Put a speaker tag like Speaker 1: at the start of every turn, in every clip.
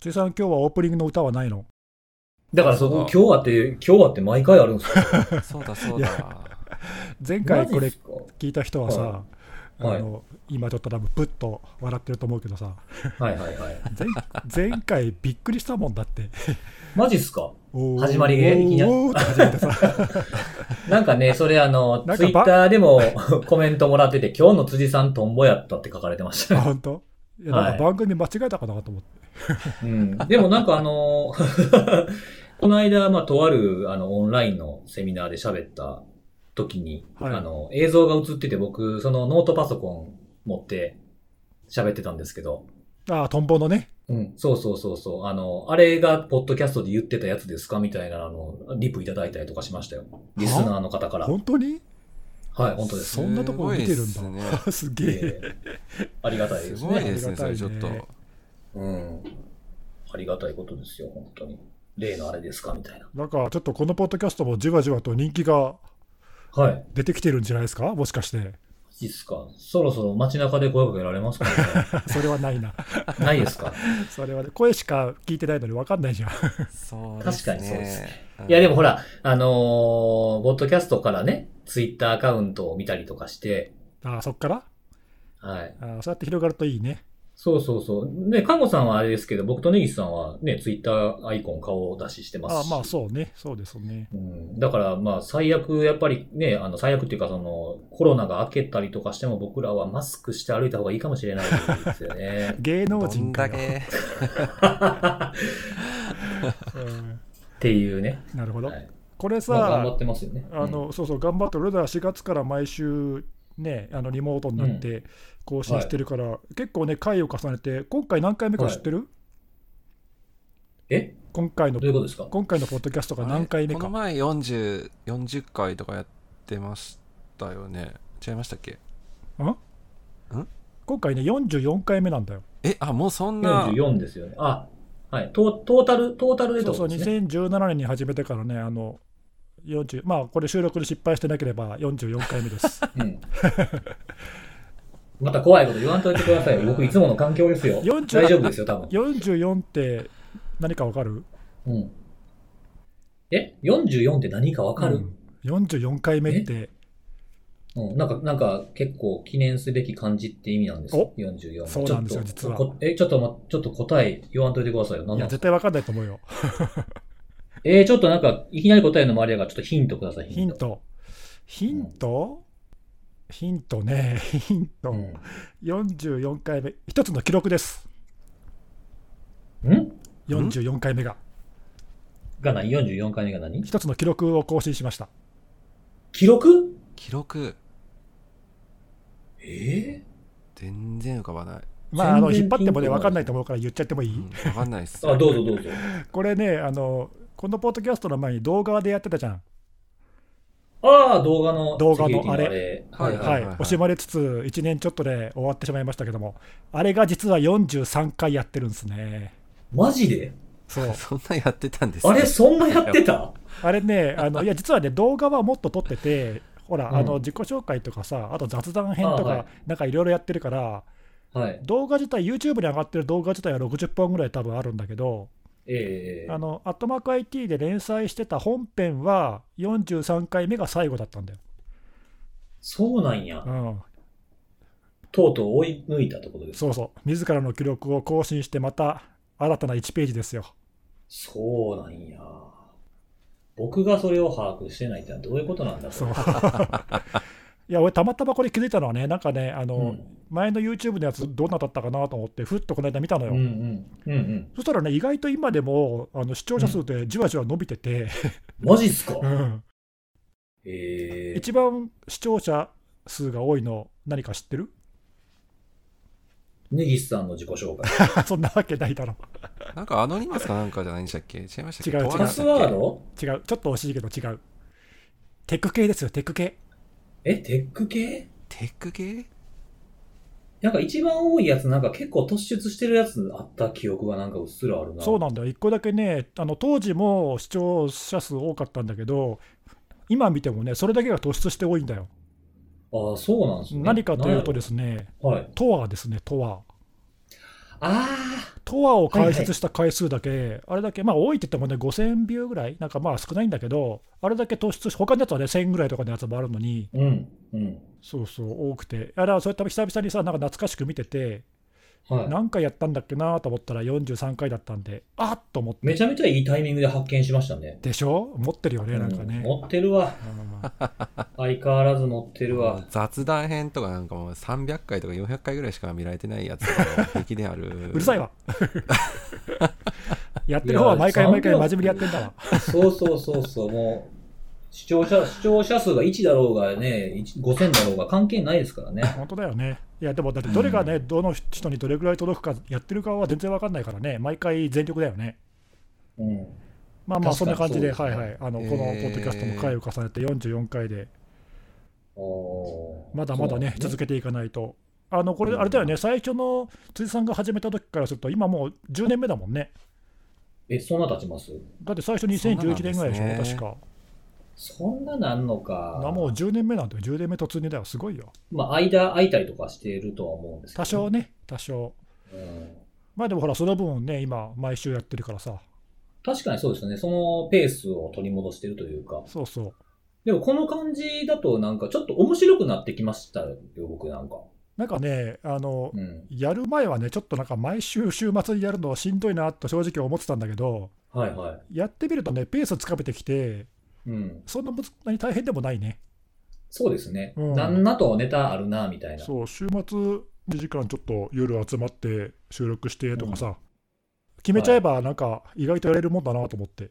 Speaker 1: 辻さん、今日はオープニングの歌はないの
Speaker 2: だからそこ、
Speaker 3: あそ
Speaker 2: 今日はって、今日はって毎回あるんですよ。
Speaker 3: そうだそう
Speaker 1: い
Speaker 3: だ。
Speaker 1: 前
Speaker 2: マ
Speaker 1: 回
Speaker 2: ジ
Speaker 1: こ
Speaker 2: っ
Speaker 1: れ
Speaker 2: すか
Speaker 1: 聞いた人はさ、
Speaker 2: はい
Speaker 1: あの今ちょっと多分プッと笑ってると思うけどさ、
Speaker 2: はいはいはい。
Speaker 1: 前前回びっくりしたもんだって。
Speaker 2: マジっすか
Speaker 1: おー
Speaker 2: 始まりがいきなり
Speaker 1: おーって始めてさ、
Speaker 2: なんかね、それあの、
Speaker 1: なん
Speaker 2: ツ
Speaker 1: か
Speaker 2: イ
Speaker 1: ば
Speaker 2: ッターでも コメントもらってて、今日の辻さんトンボやったって書かれてまし
Speaker 1: あ、
Speaker 2: た。
Speaker 1: 本 当いやなん
Speaker 2: はい
Speaker 1: か番組間違えたかなと思って。
Speaker 2: うん。でもなんかあの、 この間、まあ、とある、あの、オンラインのセミナーで喋った時に、
Speaker 1: はい
Speaker 2: あの、映像が映ってて僕、そのノートパソコン持って喋ってたんですけど、
Speaker 1: あー、トンボのね。
Speaker 2: うん、そうそうそうそう。あの、あれが、ポッドキャストで言ってたやつですかみたいな、あの、リプいただいたりとかしましたよ。リスナーの方から。はい、
Speaker 1: 本当に
Speaker 2: 本当です。
Speaker 1: そんなとこ見てるん
Speaker 3: す
Speaker 1: だ
Speaker 3: ごいっ
Speaker 1: すげえ。
Speaker 2: ええありがたい
Speaker 3: すね
Speaker 2: ですす
Speaker 3: ごい
Speaker 2: ね。
Speaker 3: ですね、そ
Speaker 1: あ
Speaker 3: れ
Speaker 1: り
Speaker 3: ち
Speaker 1: が
Speaker 3: ょった
Speaker 1: いね
Speaker 3: と。
Speaker 2: うん。ありがたいことですよ、本当に。例のあれですかみたいな。
Speaker 1: なんかちょっとこのポッドキャストもじわじわと人気が
Speaker 2: はい。マ
Speaker 1: 出てきてるんじゃないですかもしかして。
Speaker 2: ジっすか。そろそろ街中で声かけられます かね
Speaker 1: それはないな。
Speaker 2: ないですか。
Speaker 1: それはね、声しか聞いてないのに分かんないじゃん。
Speaker 3: そう
Speaker 2: 確かにそうです
Speaker 3: ね。
Speaker 2: いや、でもほ
Speaker 3: ら。
Speaker 2: ら、あのーポッドキャストからね、ツイッターアカウントを見たりとかして、
Speaker 1: あーそっから
Speaker 2: はい。
Speaker 1: あーそうやって広がるといいね。
Speaker 2: そうそうそう。ね、看護さんはあれですけど、僕と根岸さんはね、ツイッターアイコン顔を出ししてます
Speaker 1: あー
Speaker 2: し。
Speaker 1: まあそうね。そうですね。。
Speaker 2: うん、だから、まあ、最悪、やっぱりね、あの、最悪っていうか、その、コロナが明けたりとかしても、僕らはマスクして歩いた方がいいかもしれないですよね
Speaker 1: 芸能
Speaker 3: ど
Speaker 1: 人
Speaker 3: ん
Speaker 1: か
Speaker 3: だ
Speaker 1: よ
Speaker 3: け。
Speaker 1: うん
Speaker 2: っていうね。
Speaker 1: なるほど。
Speaker 2: はい。
Speaker 1: これ
Speaker 2: まあ
Speaker 1: さ
Speaker 2: 頑張、ってますよね。
Speaker 1: あのそうそう、頑張って、俺ら4月から毎週、ね、あのリモートになって更新してるから、結構ね、回を重ねて、今回何回目か知ってる、
Speaker 2: え
Speaker 1: 今回の
Speaker 2: どういうことですか
Speaker 1: 今回のポッドキャストが何回目
Speaker 3: あれこの
Speaker 1: か。
Speaker 3: 前40、40回とかやってましたよね。違いましたっけ
Speaker 1: 今回ね、44回目なんだよ。
Speaker 3: え、あ、もうそんな。
Speaker 2: ?44 ですよね。あ、はい。トートータル、トータルでって
Speaker 1: そ
Speaker 2: こ
Speaker 1: うそう、
Speaker 2: とですね。
Speaker 1: 2017年に始めてからね、あの、40まあこれ収録で失敗してなければ44回目 です。
Speaker 2: うん。また怖いこと言わんといてくださいよ。僕、いつもの環境ですよ。
Speaker 1: 40
Speaker 2: 大丈夫ですよ、多分。
Speaker 1: 44って何かわかる
Speaker 2: うん。え ?44 って何かわかる、
Speaker 1: うん、?44 回目って、
Speaker 2: うん、なんか、なんか、結構記念すべき漢字って意味なんですよ。44。
Speaker 1: そうなんですよ
Speaker 2: ち
Speaker 1: 実
Speaker 2: ょっと
Speaker 1: は
Speaker 2: こえ、ちょっと、ま、ちょっと答え言わんといてくださいよ。何
Speaker 1: い
Speaker 2: な
Speaker 1: や、
Speaker 2: んで
Speaker 1: 絶
Speaker 2: すか
Speaker 1: 対わかんないと思うよ。
Speaker 2: えー、ちょっとなんか、いきなり答えの周りやから、ちょっとヒントください。
Speaker 1: ヒン。ト。ヒント、ヒントね、 ヒント。
Speaker 2: うん。
Speaker 1: 44回目、一つの記録です。
Speaker 2: ん
Speaker 1: 44回目が。
Speaker 2: が何 ?44 回目が何
Speaker 1: 一つの記録を更新しました。
Speaker 2: 記録
Speaker 3: 記録、
Speaker 2: え
Speaker 3: 全然浮かばない。
Speaker 1: まあ、あの
Speaker 2: 全然
Speaker 1: 引っ張ってもね、
Speaker 2: ピンとこない
Speaker 1: 分かんないと思うから言っちゃってもいい、
Speaker 3: うんわかんないっす。
Speaker 2: ー、あ、どうぞどうぞ。
Speaker 1: これね、あの、このポッドキャストの前に動画でやってたじゃん。
Speaker 2: ああ、動画の、
Speaker 1: 動画の
Speaker 2: セキュリティあれ。
Speaker 3: あれ
Speaker 2: はいは
Speaker 1: はいい
Speaker 2: い。
Speaker 1: 惜しまれつつ、1年ちょっとで終わってしまいましたけども、あれが実は43回やってるんですね。
Speaker 2: マジで
Speaker 1: そう。
Speaker 3: そんなやってたんです
Speaker 2: あ
Speaker 3: ね
Speaker 2: れ、そんなやってた
Speaker 1: あれね、あのいや、実はね、動画はもっと撮ってて、ほら、
Speaker 2: うん
Speaker 1: あの自己紹介とかさ、あと雑談編とか、
Speaker 2: あはい
Speaker 1: なんかいろいろやってるから、
Speaker 2: はい。
Speaker 1: 動画自体、YouTube に上がってる動画自体は60本ぐらい多分あるんだけど、
Speaker 2: ええ
Speaker 1: あの、アットマーク IT で連載してた本編は、43回目が最後だったんだよ。
Speaker 2: そうなんや
Speaker 1: う。ん、
Speaker 2: とうとう追い抜いたってことですか
Speaker 1: そうそう、自らの記録を更新して、また新たな1ページですよ。
Speaker 2: そうなんや。僕がそれを把握してないってのはどういうことなんだ
Speaker 1: そう
Speaker 2: こ
Speaker 1: いや俺たまたまこれ気づいたのはねなんかねあの、
Speaker 2: れ
Speaker 1: 前の YouTube のやつどんなだったかなと思ってふっとこの間見たの
Speaker 2: う
Speaker 1: よ、
Speaker 2: んうんうんうん
Speaker 1: そしたらね意外と今でもあの視聴者数でじわじわ伸びてて、
Speaker 2: うん。マジっすか
Speaker 1: うん
Speaker 2: ええ
Speaker 1: 一番視聴者数が多いの何か知ってる
Speaker 2: ネギスさんの自 己紹介。
Speaker 1: そんなわけないだろ
Speaker 3: なんかアノニマスかなんかじゃないんでしたっけ違いましたっけ
Speaker 1: 違う違う
Speaker 3: と
Speaker 2: パ
Speaker 3: あるんでし
Speaker 2: ス
Speaker 3: たっけ
Speaker 2: ワード
Speaker 1: 違うちょっと惜しいけど違うテック系ですよテック系
Speaker 2: え、テック系
Speaker 3: テック系
Speaker 2: なんか一番多いやつなんか結構突出してるやつあった記憶がなんかうっすらあるな。
Speaker 1: そう
Speaker 2: な
Speaker 1: なんだよ一個だけねあの当時も視聴者数多かったんだけど今見てもねそれだけが突出して多いんだよ
Speaker 2: ああ、そうなんですね。
Speaker 1: 何かというとですね
Speaker 2: なんやろはい。
Speaker 1: トアですねトア
Speaker 2: あ
Speaker 1: トアを解説した回数だけ、あれだけ、まあ、多いって言ってもね、5000ビューぐらい、なんかまあ少ないんだけど、あれだけ突出し、他のやつはね、1000ぐらいとかのやつもあるのに、
Speaker 2: あ、うん、うん。
Speaker 1: そうそう、多くて、あら、それ多分久々にさ、なんか懐かしく見てて、
Speaker 2: はい。
Speaker 1: 何回やったんだっけなと思ったら、43回だったんで、あっと思って、
Speaker 2: めちゃめちゃいいタイミングで発見しましたね。
Speaker 1: でしょ持ってるよね、なんかね
Speaker 2: う。持ってるわ。
Speaker 1: うん
Speaker 2: 相変わらず持ってる
Speaker 3: も
Speaker 2: わ
Speaker 3: う。雑談編とかなんかもう300回とか400回ぐらいしか見られてないやつとか平気である
Speaker 1: うるさいわ。 やってる方は毎回毎回真面目にやってんだわ。
Speaker 2: そうそうそうそう、もう、視聴者、視聴者数が1だろうがね、1 5000だろうが関係ないですからね。
Speaker 1: 本当だよね。いや、でもだってどれがね、どの人にどれぐらい届くか、やってる側は全然わかんないからね、毎回全力だよね。
Speaker 2: うん。
Speaker 1: まあまあ、そん
Speaker 2: 確
Speaker 1: な感
Speaker 2: かに
Speaker 1: じで、
Speaker 2: そう
Speaker 1: は
Speaker 2: で
Speaker 1: い
Speaker 2: すね
Speaker 1: はい、あの
Speaker 3: え
Speaker 1: こ
Speaker 3: ー
Speaker 1: のポッドキャストも回を重ねて44回で、
Speaker 2: おー
Speaker 1: まだまだね、
Speaker 2: そう
Speaker 1: 続けていかないと。あのこれ、
Speaker 2: うん
Speaker 1: あれだよね、最初の辻さんが始めた時からすると、今もう10年目だもんね。
Speaker 2: え、そんな経ちます
Speaker 1: だって最初2011年ぐらいでし
Speaker 3: そうなんで
Speaker 1: ょ、
Speaker 3: すね
Speaker 1: 確か。
Speaker 2: そんななんのか。
Speaker 1: なもう10年目なんだよ、10年目突入だよ、すごいよ。
Speaker 2: まあ、間空いたりとかしているとは思うんですけど。
Speaker 1: 多少ね、多少。
Speaker 2: うん
Speaker 1: まあでもほら、その分ね、今、毎週やってるからさ、
Speaker 2: 確かにそうですね。そのペースを取り戻してるというか。
Speaker 1: そうそう。
Speaker 2: でもこの感じだとなんかちょっと面白くなってきましたよ、僕なんか。
Speaker 1: なんかね、あの、
Speaker 2: うん。
Speaker 1: やる前はね、ちょっとなんか毎週週末にやるのしんどいなと正直思ってたんだけど、
Speaker 2: はいは
Speaker 1: やってみるとね、ペースつかめてきて、
Speaker 2: い。うん。
Speaker 1: そんなむずそんなに大変でもないね。
Speaker 2: そうですね。
Speaker 1: うん
Speaker 2: なんなとネタあるな、みたいな。
Speaker 1: そう、週末2時間ちょっと夜集まって収録してとかさ、決めちゃえばなんか意外とやれるもんだなと思って。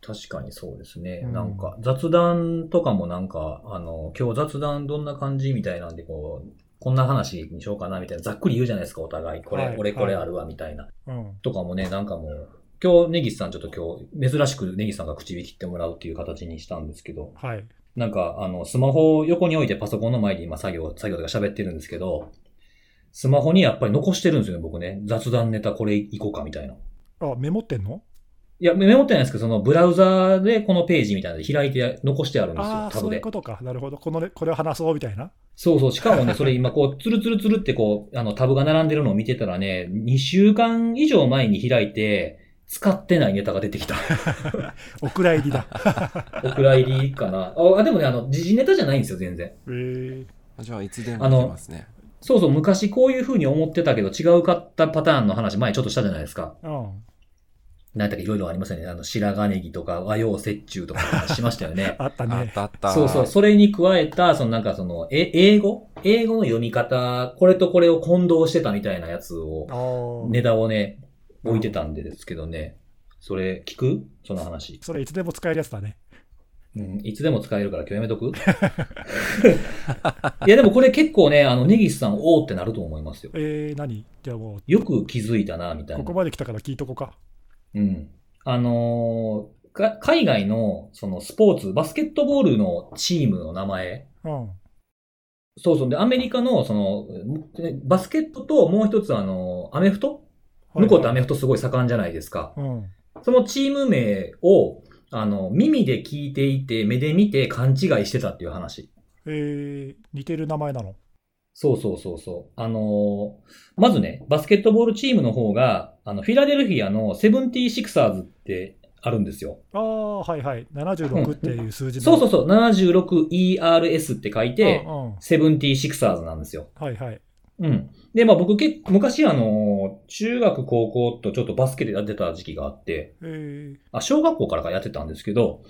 Speaker 2: 確かにそうですね。
Speaker 1: うん
Speaker 2: なんか、雑談とかもなんか、あの、今日雑談どんな感じみたいなんで、こう、こんな話にしようかなみたいな、ざっくり言うじゃないですか、お互い。これ、
Speaker 1: はい
Speaker 2: 俺これ
Speaker 1: はい
Speaker 2: あるわ、みたいな。
Speaker 1: うん。
Speaker 2: とかもね、なんかもう、今日、ネギスさんちょっと今日、珍しくネギスさんが口引きってもらうっていう形にしたんですけど、
Speaker 1: はい。
Speaker 2: なんか、あの、スマホを横に置いてパソコンの前に今作業、作業とか喋ってるんですけど、スマホにやっぱり残してるんですよね、僕ね。雑談ネタこれいこうかみたいな。い
Speaker 1: あ、メモってんの
Speaker 2: や、メモってないんですけど、そのブラウザーでこのページみたいなので開いて残してあるんで
Speaker 1: あ
Speaker 2: すよ
Speaker 1: あ、、
Speaker 2: タ
Speaker 1: そ
Speaker 2: ブ
Speaker 1: ういう
Speaker 2: で。
Speaker 1: ことか。なるほど。このね、これを話そうみたいな。
Speaker 2: そうそう。しかもね、それ今こう、ツルツルツルってこう、あの、タブが並んでるのを見てたらね、2週間以上前に開いて、使ってないネタが出てきた。
Speaker 1: お蔵入り だ。
Speaker 2: お蔵入りかな。あ、でもね、あの、時事ネタじゃないんですよ、全然。
Speaker 1: えー、
Speaker 3: じゃあいつで
Speaker 2: あ
Speaker 3: も
Speaker 2: の
Speaker 3: できますね
Speaker 2: そうそう、昔こういう風に思ってたけど、違うかったパターンの話、前ちょっとしたじゃないですか。
Speaker 1: うん。
Speaker 2: なんだかいろいろありましたね。あの、白髪ネギとか、和洋折衷とか話しましたよね。
Speaker 1: あった
Speaker 3: あっ
Speaker 1: ね。
Speaker 3: たあった
Speaker 2: そうそう。それに加えた、そのなんかその、え、英語英語の読み方、これとこれを混同してたみたいなやつを
Speaker 1: あ、ー
Speaker 2: 値段をね、置いてたんでですけどね。それ、聞くその話。
Speaker 1: それいつでも使えるやつだね。
Speaker 2: うん、いつでも使えるから今日やめとく いや、でもこれ結構ね、あの、ネギスさん、おーってなると思いますよ。
Speaker 1: えー、何じゃあもう、
Speaker 2: よく気づいたな、みたいな。
Speaker 1: ここまで来たから聞いとこうか。
Speaker 2: うん。あのーか海外の、そのスポーツ、バスケットボールのチームの名前。
Speaker 1: うん。
Speaker 2: そうそう。で、アメリカの、その、バスケットともう一つ、あの、アメフト向こうってアメフトすごい盛んじゃないですか。
Speaker 1: うん。
Speaker 2: そのチーム名を、あの、耳で聞いていて、目で見て勘違いしてたっていう話。
Speaker 1: えー、似てる名前なの。
Speaker 2: そうそうそうそう。あのーまずね、バスケットボールチームの方が、あの、フィラデルフィアのセブンティシクサーズってあるんですよ。
Speaker 1: ああ、はいはい。76っていう数字の。
Speaker 2: そうそうそう、76ERS って書いて、
Speaker 1: うんうん
Speaker 2: セブンティシクサーズなんですよ。
Speaker 1: はいはい。
Speaker 2: うん。で、まあ僕結構、昔あの、中学高校とちょっとバスケでやってた時期があって、
Speaker 1: えー、
Speaker 2: あ、小学校からかやってたんですけど、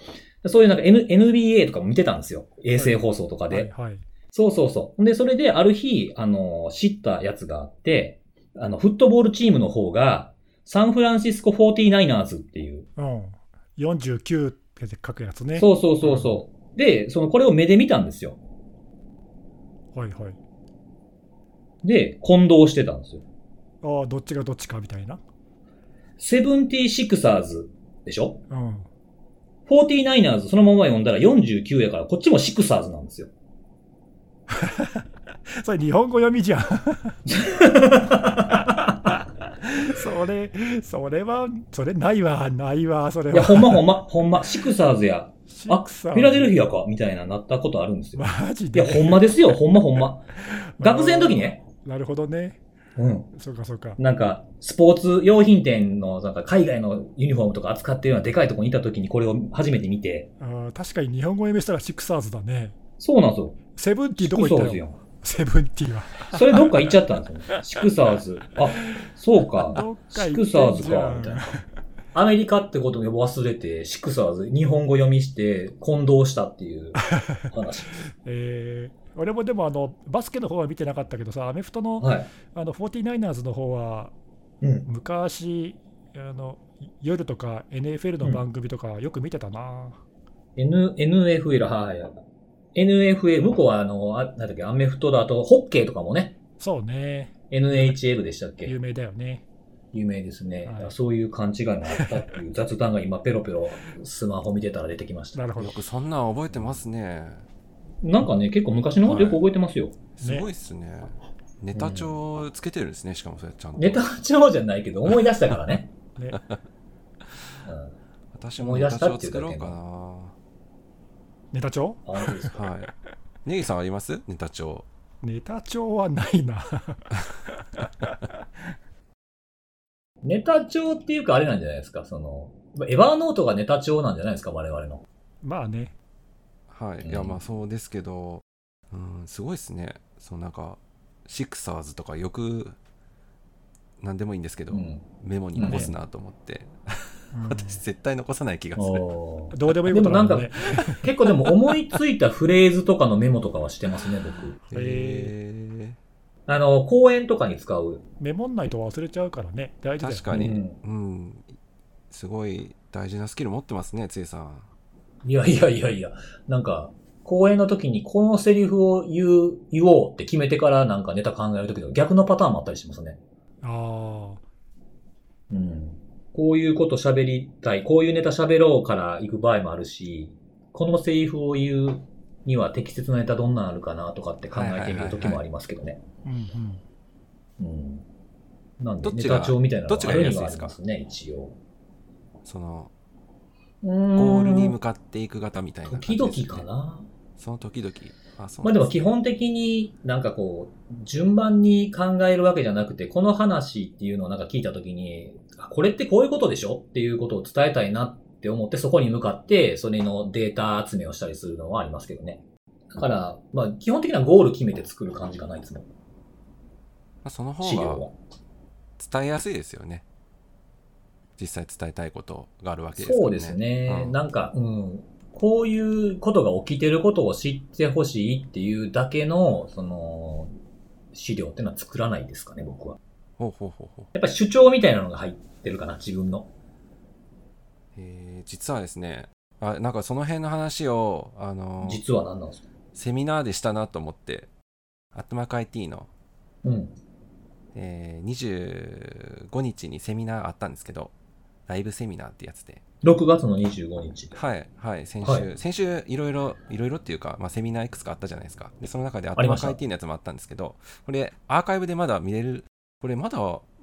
Speaker 2: そういうなんか、N、NBA とかも見てたんですよ。衛星放送とかで。
Speaker 1: はいはい。
Speaker 2: そうそうそう。で、それである日、あの、知ったやつがあって、あの、フットボールチームの方が、サンフランシスコ 49ers っていう、
Speaker 1: うん。49って書くやつね。
Speaker 2: そうそうそうそう。で、その、これを目で見たんですよ。
Speaker 1: はいはい。
Speaker 2: で、混同してたんですよ。
Speaker 1: ああ、どっちがどっちかみたいな。
Speaker 2: セブンティシクサーズでしょ
Speaker 1: うん。
Speaker 2: ?49ers そのまま読んだら49やから、こっちもシクサーズなんです よ。
Speaker 1: それ日本語読みじゃん。 それ、それは、それないわ、ないわ、それ
Speaker 2: いや、
Speaker 1: は。
Speaker 2: ほんまほんま、ほんま、シクサーズや。
Speaker 1: シ
Speaker 2: あ、
Speaker 1: ク
Speaker 2: フ
Speaker 1: サー
Speaker 2: ィラデルフィアか、みたいななったことあるんですよ。
Speaker 1: マジ
Speaker 2: いや、
Speaker 1: で。
Speaker 2: ほんまですよ、ほんまほんま。学生の時ね。
Speaker 1: なるほどね。
Speaker 2: うん。
Speaker 1: そうかそうか。
Speaker 2: なんか、スポーツ用品店の、なんか海外のユニフォームとか扱ってるようなでかいとこにいた時にこれを初めて見て、
Speaker 1: あー確かに日本語読みしたらシクサーズだね。
Speaker 2: そうなんですよ。
Speaker 1: セブンティー
Speaker 2: シ
Speaker 1: どこ
Speaker 2: クサ
Speaker 1: 行っ
Speaker 2: ー
Speaker 1: た
Speaker 2: ズ
Speaker 1: の
Speaker 2: やん。
Speaker 1: セブンティーは。
Speaker 2: それどっか行っちゃったんですよ。シクサーズ。あ、そうか。
Speaker 1: どっか
Speaker 2: シ
Speaker 1: 行
Speaker 2: ク
Speaker 1: っ
Speaker 2: サー
Speaker 1: てん
Speaker 2: ズ
Speaker 1: じゃ
Speaker 2: か、み
Speaker 1: ん
Speaker 2: たいな。アメリカってことを忘れて、シクサーズ、日本語読みして、混同したっていう話。
Speaker 1: えー俺もでもあのバスケの方は見てなかったけどさ、アメフトの
Speaker 2: はい。
Speaker 1: あの 49ers の方は
Speaker 2: うん。
Speaker 1: 昔あの夜とか NFL の番組とかよく見てたな、
Speaker 2: N、NFL、はい。NFL、向こうはあの、あなんだっけ、アメフトだと、ホッケーとかもね、
Speaker 1: そうね
Speaker 2: NHL でしたっけ
Speaker 1: 有名だよね
Speaker 2: 有名ですね、
Speaker 1: はい
Speaker 2: そういう勘違いもあったっていう雑談が今ペロペロスマホ見てたら出てきました。
Speaker 1: なるほ
Speaker 3: よ
Speaker 1: ど
Speaker 3: くそんなん覚えてますね。
Speaker 2: なんかね、結構昔のことよく覚えてますよ。
Speaker 3: すごいっすね。ネタ帳つけてるんですね、しかもそれちゃんと。
Speaker 2: ネタ帳じゃないけど思い出したからね。
Speaker 1: ね
Speaker 2: うん
Speaker 3: 私もネタ帳作ろうかな。
Speaker 1: ネタ帳
Speaker 2: あ本当ですか
Speaker 3: はい。ネギさんありますネタ帳。
Speaker 1: ネタ帳はないな
Speaker 2: ネタ帳っていうかあれなんじゃないですか、その、エヴァーノートがネタ帳なんじゃないですか、我々の。
Speaker 1: まあね
Speaker 3: はい。いや、まあそうですけど、うん、すごいっすね。そうなんか、シクサーズとかよく、なんでもいいんですけど、
Speaker 2: うん。
Speaker 3: メモに残すなと思って、
Speaker 1: うん
Speaker 3: 私絶対残さない気がする。
Speaker 2: おー
Speaker 1: どうでもいいことなんだね
Speaker 2: で結構でも思いついたフレーズとかのメモとかはしてますね、僕。
Speaker 1: へー
Speaker 3: へ
Speaker 2: あの、公演とかに使う。
Speaker 1: メモんないと忘れちゃうからね大事だよ
Speaker 3: 確かに
Speaker 2: うん
Speaker 3: ーうん。すごい大事なスキル持ってますね、つえさん。
Speaker 2: いやいやいやいや、なんか、公演の時にこのセリフを言う、言おうって決めてからなんかネタ考える時の逆のパターンもあったりしますね。
Speaker 1: あ
Speaker 2: うん。こういうこと喋りたい、こういうネタ喋ろうから行く場合もあるし、このセリフを言うには適切なネタどんなんあるかなとかって考えてみる時もありますけどね。
Speaker 1: あうんうん
Speaker 2: うん。なんで、
Speaker 3: どっ
Speaker 2: ネ
Speaker 3: ちが
Speaker 2: タ帳みたいなの
Speaker 3: どっち
Speaker 2: があ
Speaker 3: がやり
Speaker 2: る
Speaker 3: や
Speaker 2: にはあ
Speaker 3: すいです
Speaker 2: り
Speaker 3: か
Speaker 2: ますね、一応。
Speaker 3: その、
Speaker 2: ゴ
Speaker 3: ゴールに向
Speaker 2: 向
Speaker 3: かっていく型みたいな感じ
Speaker 2: 時
Speaker 3: ですね、
Speaker 2: 々かな。
Speaker 3: その時々。あ、そう
Speaker 2: ま
Speaker 3: な
Speaker 2: あ
Speaker 3: ん
Speaker 2: ですも
Speaker 3: ね
Speaker 2: 基本的になんかこう、順番に考えるわけじゃなくて、この話っていうのをなんか聞いたときに、あこれってこういうことでしょっていうことを伝えたいなって思って、そこに向かって、それのデータ集めをしたりするのはありますけどね。だから、まあ基本的にはゴール決めて作る感じがないですもん、
Speaker 3: まあ、その
Speaker 2: 資
Speaker 3: 方
Speaker 2: 料
Speaker 3: が
Speaker 2: は。
Speaker 3: 伝えやすいですよね。実際伝えたいことがあるわけですからね。
Speaker 2: そうですね。
Speaker 3: うん
Speaker 2: なんか、うん。こういうことが起きてることを知ってほしいっていうだけの、その、資料っていうのは作らないですかね、僕は。
Speaker 3: ほうほうほうほう。
Speaker 2: やっぱ主張みたいなのが入ってるかな、自分の。
Speaker 3: えー実はですね、あなんかその辺の話を、あのー
Speaker 2: 実は何なんですか
Speaker 3: セミナーでしたなと思って、アットマーク IT の、
Speaker 2: うん。
Speaker 3: えー25日にセミナーあったんですけど、ライブセミナーってやつで、
Speaker 2: 6月の25日。
Speaker 3: はい、はい、先週、
Speaker 2: はい
Speaker 3: 先週いろいろ、いろいろっていうか、まあ、セミナーいくつかあったじゃないですか。で、その中でア
Speaker 2: あ
Speaker 3: ト
Speaker 2: り
Speaker 3: マ
Speaker 2: ま
Speaker 3: ー
Speaker 2: し
Speaker 3: ク
Speaker 2: た
Speaker 3: IT のやつもあったんですけど、これ、アーカイブでまだ見れる、これまだ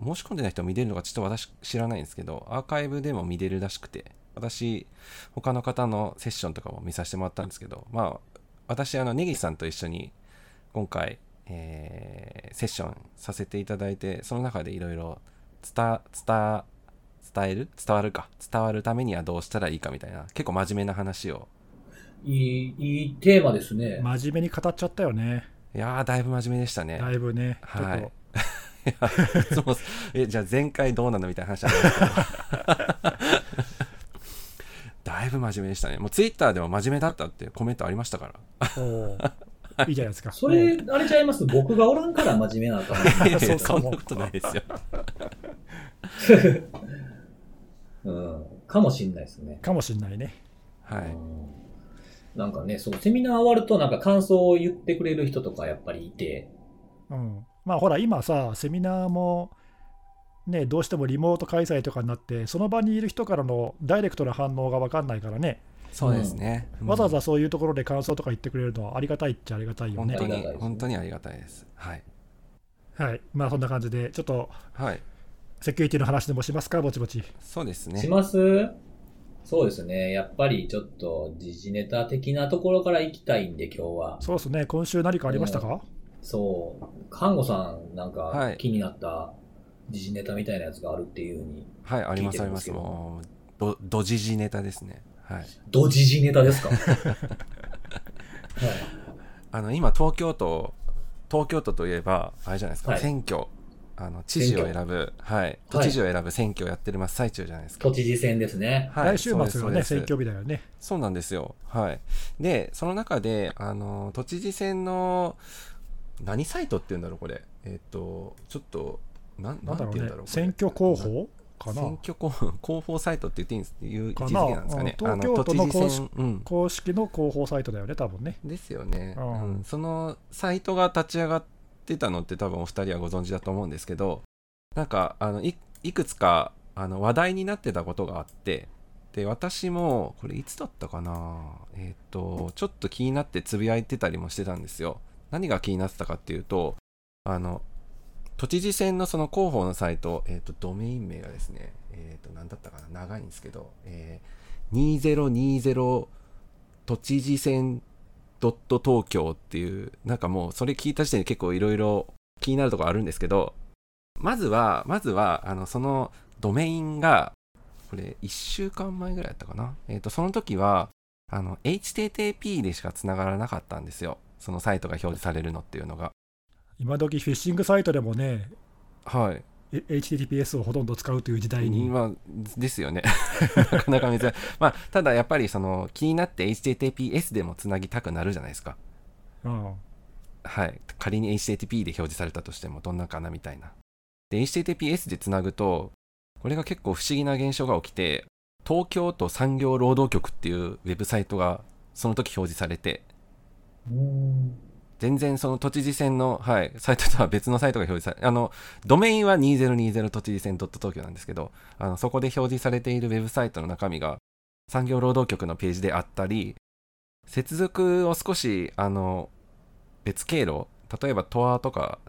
Speaker 3: 申し込んでない人見れるのかちょっと私知らないんですけど、アーカイブでも見れるらしくて、私、他の方のセッションとかも見させてもらったんですけど、まあ、私、あの、ネギさんと一緒に、今回、えーセッションさせていただいて、その中でいろいろ伝、伝、伝える伝わるか。伝わるためにはどうしたらいいかみたいな、結構真面目な話を。
Speaker 2: いい、いいテーマですね。
Speaker 1: 真面目に語っちゃったよね
Speaker 3: いやー、だいぶ真面目でしたね。
Speaker 1: だいぶね
Speaker 3: はい
Speaker 1: ちょっ
Speaker 3: いやいつもえじゃあ前回どうなのみたいな話あったんですけどだいぶ真面目でしたねもうツイッターでも真面目だったっていうコメントありましたから
Speaker 1: とおーいいじゃないですか
Speaker 2: それ、あれちゃいます僕がおらんから真面目なのかな
Speaker 1: いやそうかも
Speaker 3: そんなことないですよ
Speaker 2: うん。かもしんないですね。
Speaker 1: かもしんないね
Speaker 3: は
Speaker 2: う
Speaker 3: い
Speaker 2: んなんかね、そう、セミナー終わるとなんか感想を言ってくれる人とかやっぱりいて、
Speaker 1: うん、まあほら今さセミナーもねどうしてもリモート開催とかになってその場にいる人からのダイレクトな反応が分かんないからね
Speaker 3: そうですね、
Speaker 1: わざわ
Speaker 3: う
Speaker 1: ざそういうところで感想とか言ってくれるのはありがたいっちゃありがたい
Speaker 3: ん
Speaker 1: よ
Speaker 3: 本
Speaker 1: ね
Speaker 3: 当
Speaker 2: ありがたいです
Speaker 3: に
Speaker 2: ね
Speaker 3: 本当にありがたいですはい
Speaker 1: はいまあそんな感じでちょっと
Speaker 3: はい
Speaker 1: セキュリティの話でもしますかぼちぼち
Speaker 3: そうです
Speaker 2: し
Speaker 3: ね
Speaker 2: ますそうですね。やっぱりちょっと時事ネタ的なところから行きたいんで今日は。
Speaker 1: そうですね今週何かありましたか、
Speaker 2: そう、看護さんなん
Speaker 3: は
Speaker 2: か
Speaker 3: い
Speaker 2: 気になった時事ネタみたいなやつがあるっていうふうに、
Speaker 3: はい、あります
Speaker 2: 聞いて
Speaker 3: あり
Speaker 2: ま
Speaker 3: ますす。
Speaker 2: けど
Speaker 3: もう、ど、どじじネタですね。はい。
Speaker 2: ド時事ネタ ですかはい。
Speaker 3: あの、今、東京都、東京都といえば、あれじゃないですか、
Speaker 2: はい
Speaker 3: 選挙。あの、知事を選ぶ、はい。都知事を選ぶ選挙をやってる真っ最中じゃないですか。
Speaker 2: 都知事選ですね。
Speaker 3: はい、
Speaker 1: 来週末
Speaker 3: そ
Speaker 1: が
Speaker 3: うで
Speaker 1: ね、
Speaker 3: すそ
Speaker 1: 選
Speaker 3: うです
Speaker 1: 挙日だよね。
Speaker 3: そうなんですよ。はい。で、その中で、あの、都知事選の、何サイトって言うんだろう、これ。えっ、と、ちょっと、なん、
Speaker 1: な
Speaker 3: なんん
Speaker 1: だ
Speaker 3: て
Speaker 1: ろう
Speaker 3: 言うん
Speaker 1: ね
Speaker 3: だろう。これ
Speaker 1: 選挙候補かな
Speaker 3: 選挙候補、広報サ イトって言っていいんです、いう位置
Speaker 1: かな
Speaker 3: づけなんですかね。
Speaker 1: うん
Speaker 3: あの
Speaker 1: 東京都の公式
Speaker 3: うん。
Speaker 1: 公式の広報サイトだよね、多分ね。
Speaker 3: ですよね、
Speaker 1: う
Speaker 3: うんんそのサイトが立ち上がってたのって多分お二人はご存知だと思うんですけどなんかあのいいくつかあの話題になってたことがあってで私もこれいつだったかなえっ、とちょっと気になってつぶやいてたりもしてたんですよ何が気になってたかっていうとあの都知事選のその広報のサイト、えっ、と、ドメイン名がですね、えっ、と、なんだったかな、長いんですけど、えー、2020都知事選ドット東京っていう、なんかもうそれ聞いた時点で結構いろいろ気になるところあるんですけど、まずは、まずは、あの、そのドメインが、これ1週間前ぐらいだったかな。えっ、と、その時は、あの、http でしか繋がらなかったんですよ。そのサイトが表示されるのっていうのが。
Speaker 1: 今時フィッシングサイトでもね、
Speaker 3: はい。
Speaker 1: え HTTPS をほとんど使うという時代に。
Speaker 3: まあですよね なかなか珍しい、まあ、ただやっぱりその気になって HTTPS でもつなぎたくなるじゃないですか
Speaker 1: うん
Speaker 3: はい仮に HTTP で表示されたとしてもどんなかなみたいなで HTTPS でつなぐとこれが結構不思議な現象が起きて東京都産業労働局っていうウェブサイトがその時表示されて
Speaker 2: うーん
Speaker 3: 全然その都知事選の、はい、サイトとは別のサイトが表示され、あの、ドメインは2020都知事選 .tokyo なんですけど、あの、そこで表示されているウェブサイトの中身が、産業労働局のページであったり、接続を少し、あの、別経路、例えば TOR とか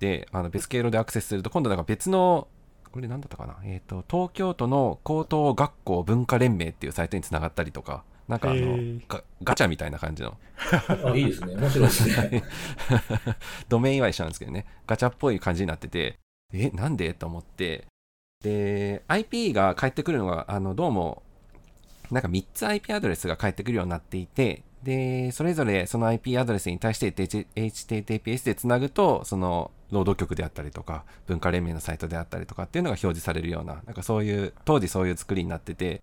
Speaker 3: で、あの、別経路でアクセスすると、今度なんか別の、これ何だったかなえっ、と、東京都の高等学校文化連盟っていうサイトにつながったりとか、なんかあ
Speaker 1: へ
Speaker 3: の
Speaker 1: ー、
Speaker 3: ガガチャみたいな感じの、
Speaker 2: あ、いいですね。面白いです
Speaker 3: は
Speaker 2: ね
Speaker 3: い。 ドメインは一緒なんですけどね、ガチャっぽい感じになってて、え、なんでと思って、で、IP が返ってくるのが、あの、どうも、なんか3つ IP アドレスが返ってくるようになっていて、で、それぞれその IP アドレスに対して H- HTTPS でつなぐと、その、労働局であったりとか、文化連盟のサイトであったりとかっていうのが表示されるような、なんかそういう、当時そういう作りになってて、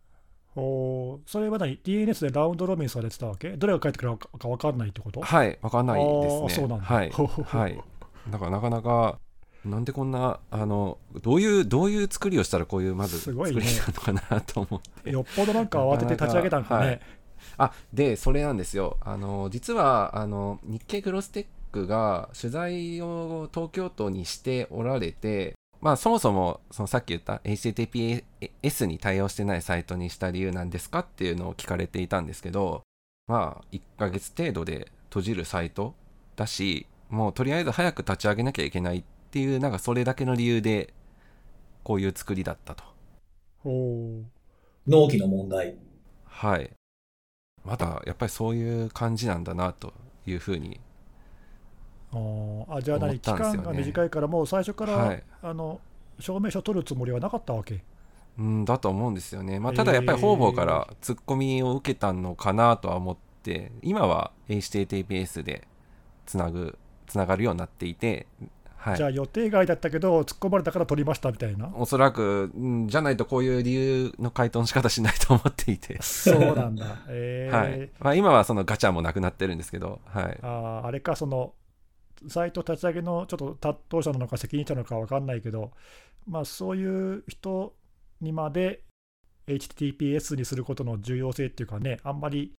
Speaker 1: おーそれは何 ?DNS でラウンドロビンされてたわけどれが返ってくるか分かんないってこと
Speaker 3: はい、わかんないです
Speaker 1: あ
Speaker 3: ね。
Speaker 1: ーそうなんだ
Speaker 3: はい。はい。だからなかなか、なんでこんな、あの、どういう、どういう作りをしたらこういう、ますず
Speaker 1: す
Speaker 3: 作
Speaker 1: ごい
Speaker 3: り
Speaker 1: ね
Speaker 3: なのかなと思って。
Speaker 1: よっぽどなんか慌てて立ち上げたんかね。
Speaker 3: あ、で、それなんですよ。あの、実は、あの、日経グロステックが取材を東京都にしておられて、まあ、そもそも、そのさっき言った HTTPS に対応してないサイトにした理由なんですかっていうのを聞かれていたんですけど、まあ、1ヶ月程度で閉じるサイトだし、もうとりあえず早く立ち上げなきゃいけないっていう、なんかそれだけの理由で、こういう作りだったと。
Speaker 1: おー
Speaker 2: 納期の問題。
Speaker 3: はい。まだやっぱりそういう感じなんだなというふうに。
Speaker 1: あーあじゃあ
Speaker 3: 思
Speaker 1: 何
Speaker 3: っ
Speaker 1: 期
Speaker 3: たんですよね
Speaker 1: 間が短いからもう最初から、
Speaker 3: はい
Speaker 1: あの証明書取るつもりはなかったわけ。
Speaker 3: うんだと思うんですよね。まあ、
Speaker 1: えー
Speaker 3: ただやっぱり方々からツッコミを受けたのかなとは思って、今は HTTPS でつなぐ、つながるようになっていて、は
Speaker 1: じゃ
Speaker 3: い。
Speaker 1: あ予定外だったけど突っ込まれたから取りましたみたいな。。
Speaker 3: おそらく、うんじゃないとこういう理由の回答の仕方しないと思っていて
Speaker 1: そうなんだ。えー
Speaker 3: はい。まあ、今はそのガチャもなくなってるんですけど、はい。
Speaker 1: あーあれか、その、サイト立ち上げのちょっと担当者なのか責任者なのか分かんないけど、まあ、そういう人にまで HTTPS にすることの重要性っていうかね、あんまり、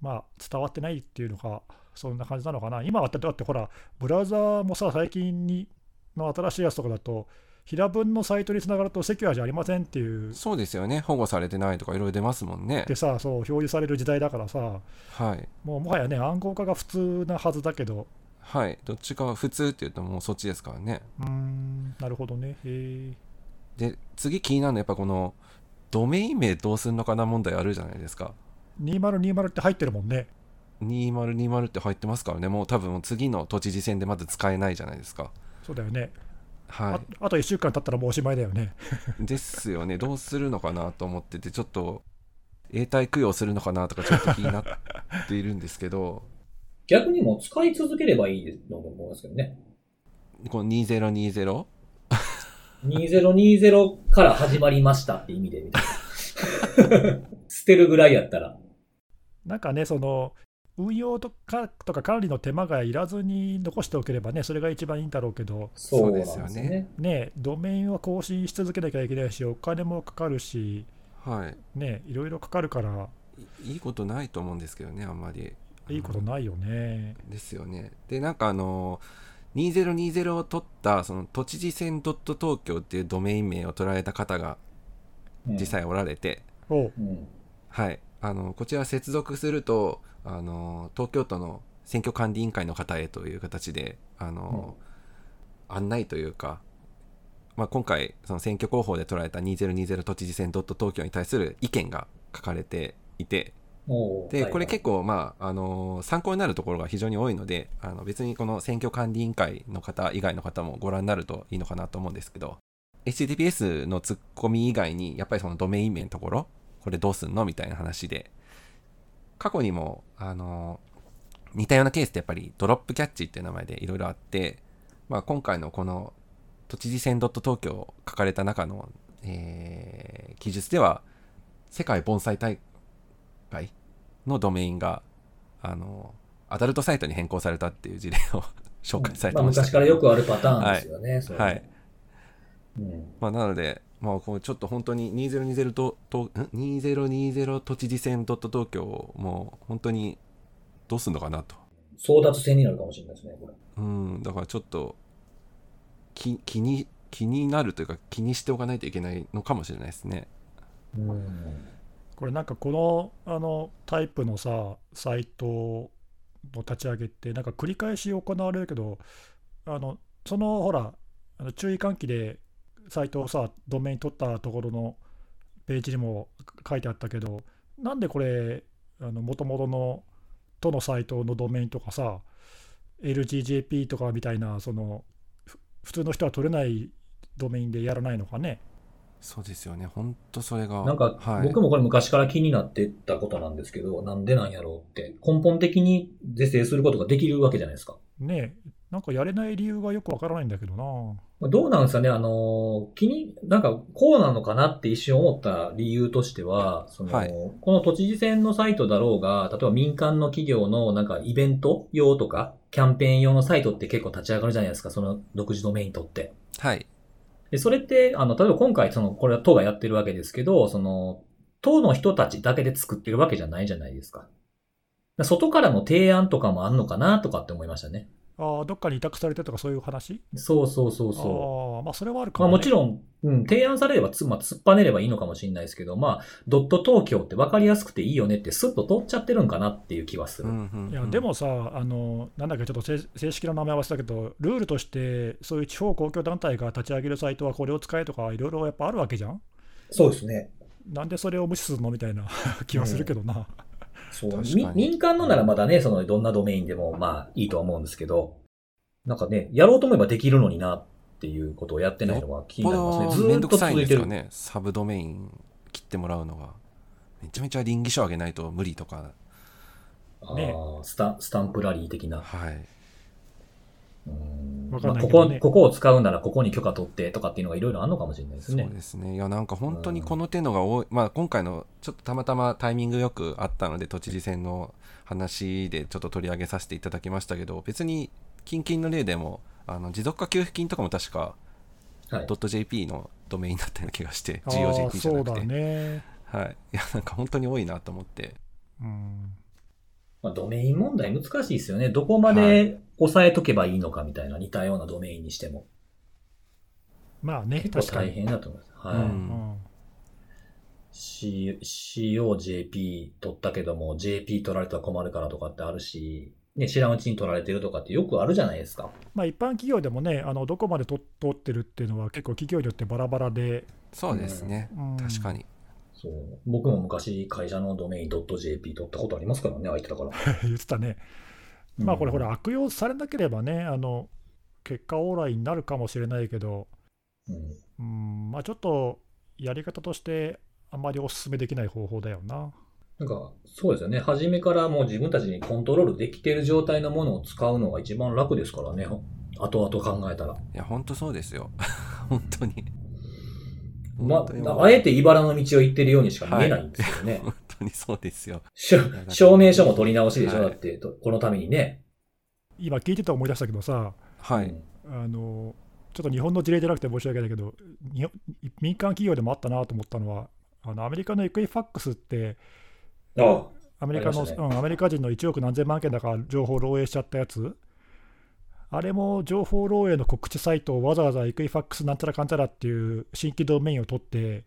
Speaker 1: まあ、伝わってないっていうのか、そんな感じなのかな。今はだってだってほら、ブラウザーもさ、最近にの新しいやつとかだと、平文のサイトにつながるとセキュアじゃありませんっていう、
Speaker 3: そうですよね。保護されてないとかいろいろ出ますもんね
Speaker 1: で。さ、そう、表示される時代だからさ、
Speaker 3: はい。
Speaker 1: もうもはやね、暗号化が普通なはずだけど、
Speaker 3: はい。どっちか普通って言うともうそっちですからね。
Speaker 1: うーん、なるほどね。へえ。
Speaker 3: で次気になるのはやっぱこのドメイン名どうすんのかな問題あるじゃないですか
Speaker 1: 2020って入ってるもんね。
Speaker 3: 2020って入ってますからね、もう多分次の都知事選でまず使えないじゃないですか。
Speaker 1: そうだよね、
Speaker 3: は
Speaker 1: ああと1週間経ったらもうおしまいだよね。
Speaker 3: い、ですよね、どうするのかなと思ってて、ちょっと永代供養するのかなとか、ちょっと気になっているんですけど、
Speaker 2: 逆にもう使い続ければいいと思いますけどね。
Speaker 3: この2020、
Speaker 2: 2020から始まりましたって意味で、みたい な。捨てるぐらいやったら。
Speaker 1: なんかね、その運用とかとか管理の手間がいらずに残しておければね、それが一番いいんだろうけど、
Speaker 2: そうなんで
Speaker 3: そうです
Speaker 2: す
Speaker 3: よ
Speaker 2: よ
Speaker 3: ね
Speaker 2: ね。
Speaker 1: ね、ドメインは更新し続けなきゃいけないし、お金もかかるし、
Speaker 3: はい、
Speaker 1: ね、いろいろかかるから、
Speaker 3: いいいことないと思うんですけどね、あんまり。
Speaker 1: いいことないよね。
Speaker 3: ですよね。で、なんかあの、2020を取った、その、都知事選.東京っていうドメイン名を取られた方が
Speaker 2: うん
Speaker 3: 実。際おられて、
Speaker 1: おう
Speaker 2: うん。
Speaker 3: はい。あの、こちら接続すると、あの、東京都の選挙管理委員会の方へという形で、あの、案内というか、まあ、今回、その選挙広報で取られた2020都知事選.東京に対する意見が書かれていて、
Speaker 2: おー
Speaker 3: で、これ
Speaker 2: はいはい
Speaker 3: 結構、まあ、あのー参考になるところが非常に多いので、あの、別にこの選挙管理委員会の方以外の方もご覧になるといいのかなと思うんですけど、HTTPS のツッコミ以外に、やっぱりそのドメイン名のところ、これどうすんのみたいな話で、過去にも、あのー似たようなケースってやっぱりドロップキャッチっていう名前でいろいろあって、まあ、今回のこの都知事選.東京を書かれた中の、えー記述では、世界盆栽大会のドメインが、あの、アダルトサイトに変更されたっていう事例を紹介されて
Speaker 2: ま
Speaker 3: ま
Speaker 2: あ、
Speaker 3: した。
Speaker 2: 昔からよくあるパターンですよね、それ
Speaker 3: はい。。
Speaker 2: うん
Speaker 3: まあ、なので、まあ、こうちょっと本当に2020と、とん2020都知事選.東京をもう本当にどうすんのかなと。
Speaker 2: 争奪戦になるかもしれないですね、これ。
Speaker 3: うん、だからちょっと気気に、気になるというか気にしておかないといけないのかもしれないですね。
Speaker 2: うん。
Speaker 1: これなんかこのあのタイプのさ、サイトの立ち上げって、なんか繰り返し行われるけど、あのそのほら、あの注意喚起でサイトをさ、ドメイン取ったところのページにも書いてあったけど、なんでこれ、もともとの都のサイトのドメインとかさ、LGJP とかみたいな、そのふ普通の人は取れないドメインでやらないのかね。
Speaker 3: そうですよね。本当それが。
Speaker 2: なんか、
Speaker 3: はい、
Speaker 2: 僕もこれ昔から気になってたことなんですけど、なんでなんやろうって、根本的に是正することができるわけじゃないですか。
Speaker 1: ねえ、なんかやれない理由がよくわからないんだけどな。
Speaker 2: どうなんですかねあの、気に、なんか、こうなのかなって一瞬思った理由としては、その、
Speaker 3: はい
Speaker 2: この都知事選のサイトだろうが、例えば民間の企業のなんかイベント用とか、キャンペーン用のサイトって結構立ち上がるじゃないですか、その独自ドメイン取って。
Speaker 3: はい。
Speaker 2: で、それって、あの、例えば今回、その、これは党がやってるわけですけど、その、党の人たちだけで作ってるわけじゃないじゃないですか。だ外からの提案とかもあんのかなとかって思いましたね。
Speaker 1: ああ、どっかに委託されてとかそういう話
Speaker 2: そうそうそうそう。
Speaker 1: ああ、まあそれはあるか
Speaker 2: まあ
Speaker 1: も、ね。
Speaker 2: もちろん、うん、提案されればつ、まあ、突っぱねればいいのかもしれないですけど、まあ、ドット東京って分かりやすくていいよねってスッと通っちゃってるんかなっていう気はす
Speaker 3: う
Speaker 2: る。
Speaker 3: んうんうん
Speaker 1: いや、でもさ、あの、なんだっけ、ちょっと正正式な名前忘れたけど、ルールとして、そういう地方公共団体が立ち上げるサイトはこれを使えとか、いろいろやっぱあるわけじゃん
Speaker 2: そうですね。
Speaker 1: なんでそれを無視するのみたいな 気はするけどな。
Speaker 2: そう
Speaker 3: 確かに
Speaker 2: み民間のならまだね、そのどんなドメインでもまあいいとは思うんですけど、なんかね、やろうと思えばできるのになっていうことをやってないのが気に
Speaker 3: こ
Speaker 2: なりますね。
Speaker 3: の
Speaker 2: ず
Speaker 3: め
Speaker 2: ー
Speaker 3: ん
Speaker 2: っ
Speaker 3: ど
Speaker 2: と
Speaker 3: くさいん
Speaker 2: 続
Speaker 3: で
Speaker 2: い
Speaker 3: す
Speaker 2: て
Speaker 3: よ
Speaker 2: る。
Speaker 3: ねサブドメイン切ってもらうのがめちゃめちゃ臨義書上げないと無理とか
Speaker 2: あ
Speaker 1: ね
Speaker 2: ースタスタンプラリー的な。
Speaker 3: はい
Speaker 2: うん
Speaker 1: わか
Speaker 2: ま
Speaker 1: ん
Speaker 2: あ
Speaker 1: ない
Speaker 2: こ
Speaker 1: けど
Speaker 2: こ
Speaker 1: ね
Speaker 2: ここを使うならここに許可取ってとかっていうのがいろいろあるのかもしれないです
Speaker 3: そう
Speaker 2: ね。
Speaker 3: ですねいやなんか本当にこの手のが多い、まあ今回のちょっとたまたまタイミングよくあったので都知事選の話でちょっと取り上げさせていただきましたけど別に近々の例でもあの持続化給付金とかも確か
Speaker 2: はい。
Speaker 3: .jp のドメインだったような気がして
Speaker 1: ああ
Speaker 3: GOJP じゃ
Speaker 1: そ
Speaker 3: な
Speaker 1: う
Speaker 3: く
Speaker 1: だ
Speaker 3: て、
Speaker 1: ね。
Speaker 3: はい、いやなんか本当に多いなと思って
Speaker 1: うん。
Speaker 2: まあ、ドメイン問題難しいですよね。どこま
Speaker 3: は
Speaker 2: で抑えとけばいいのかみたいな、似たようなドメインにしても。
Speaker 1: まあね、
Speaker 2: 結構
Speaker 1: 確か
Speaker 2: 大
Speaker 1: に。
Speaker 2: 変だと思います。はい。
Speaker 3: う
Speaker 1: うんんうん
Speaker 2: C- COJP 取ったけども、JP 取られたら困るからとかってあるし、ね、知らんうちに取られてるとかってよくあるじゃないですか。
Speaker 1: まあ一般企業でもね、あのどこまでと通ってるっていうのは結構企業によってバラバラで、
Speaker 3: そうですね、
Speaker 1: うん
Speaker 3: 確かに
Speaker 2: そう。僕も昔会社のドメイン .jp 取ったことありますからね、空いてたから。
Speaker 1: 言ってたね。まあこれほ
Speaker 2: う
Speaker 1: ら悪用されなければね、あの結果オーライになるかもしれないけど、
Speaker 2: ん。うん
Speaker 1: うんまあ、ちょっとやり方としてあんまりお勧めできない方法だよな。
Speaker 2: なんか、そうですよね。初めからもう自分たちにコントロールできている状態のものを使うのが一番楽ですからね。後々考えたら。
Speaker 3: いや、本当そうですよ。 本当に。
Speaker 2: ま
Speaker 3: 本当にもう
Speaker 2: あ、あえて茨の道を行ってるようにしか見えないんですよ ね。
Speaker 3: 本当にそうですよ。
Speaker 2: しょ証明書も取り直しでしょ、
Speaker 3: はい
Speaker 2: だって、とこのためにね。
Speaker 1: 今聞いてて思い出したけどさ、
Speaker 3: は
Speaker 2: う
Speaker 3: い。
Speaker 2: ん
Speaker 1: あのちょっと日本の事例じゃなくて申し訳ないけど、日本民間企業でもあったなと思ったのは、あのアメリカのエクイファックスって、
Speaker 2: あ
Speaker 1: アメリカ
Speaker 2: あり
Speaker 1: の、
Speaker 2: ました
Speaker 1: うん、アメリカ人の1億何千万件だから情報漏洩しちゃったやつ、あれも情報漏洩の告知サイトをわざわざエクイファックスなんちゃらかんちゃらっていう新規ドメインを取って、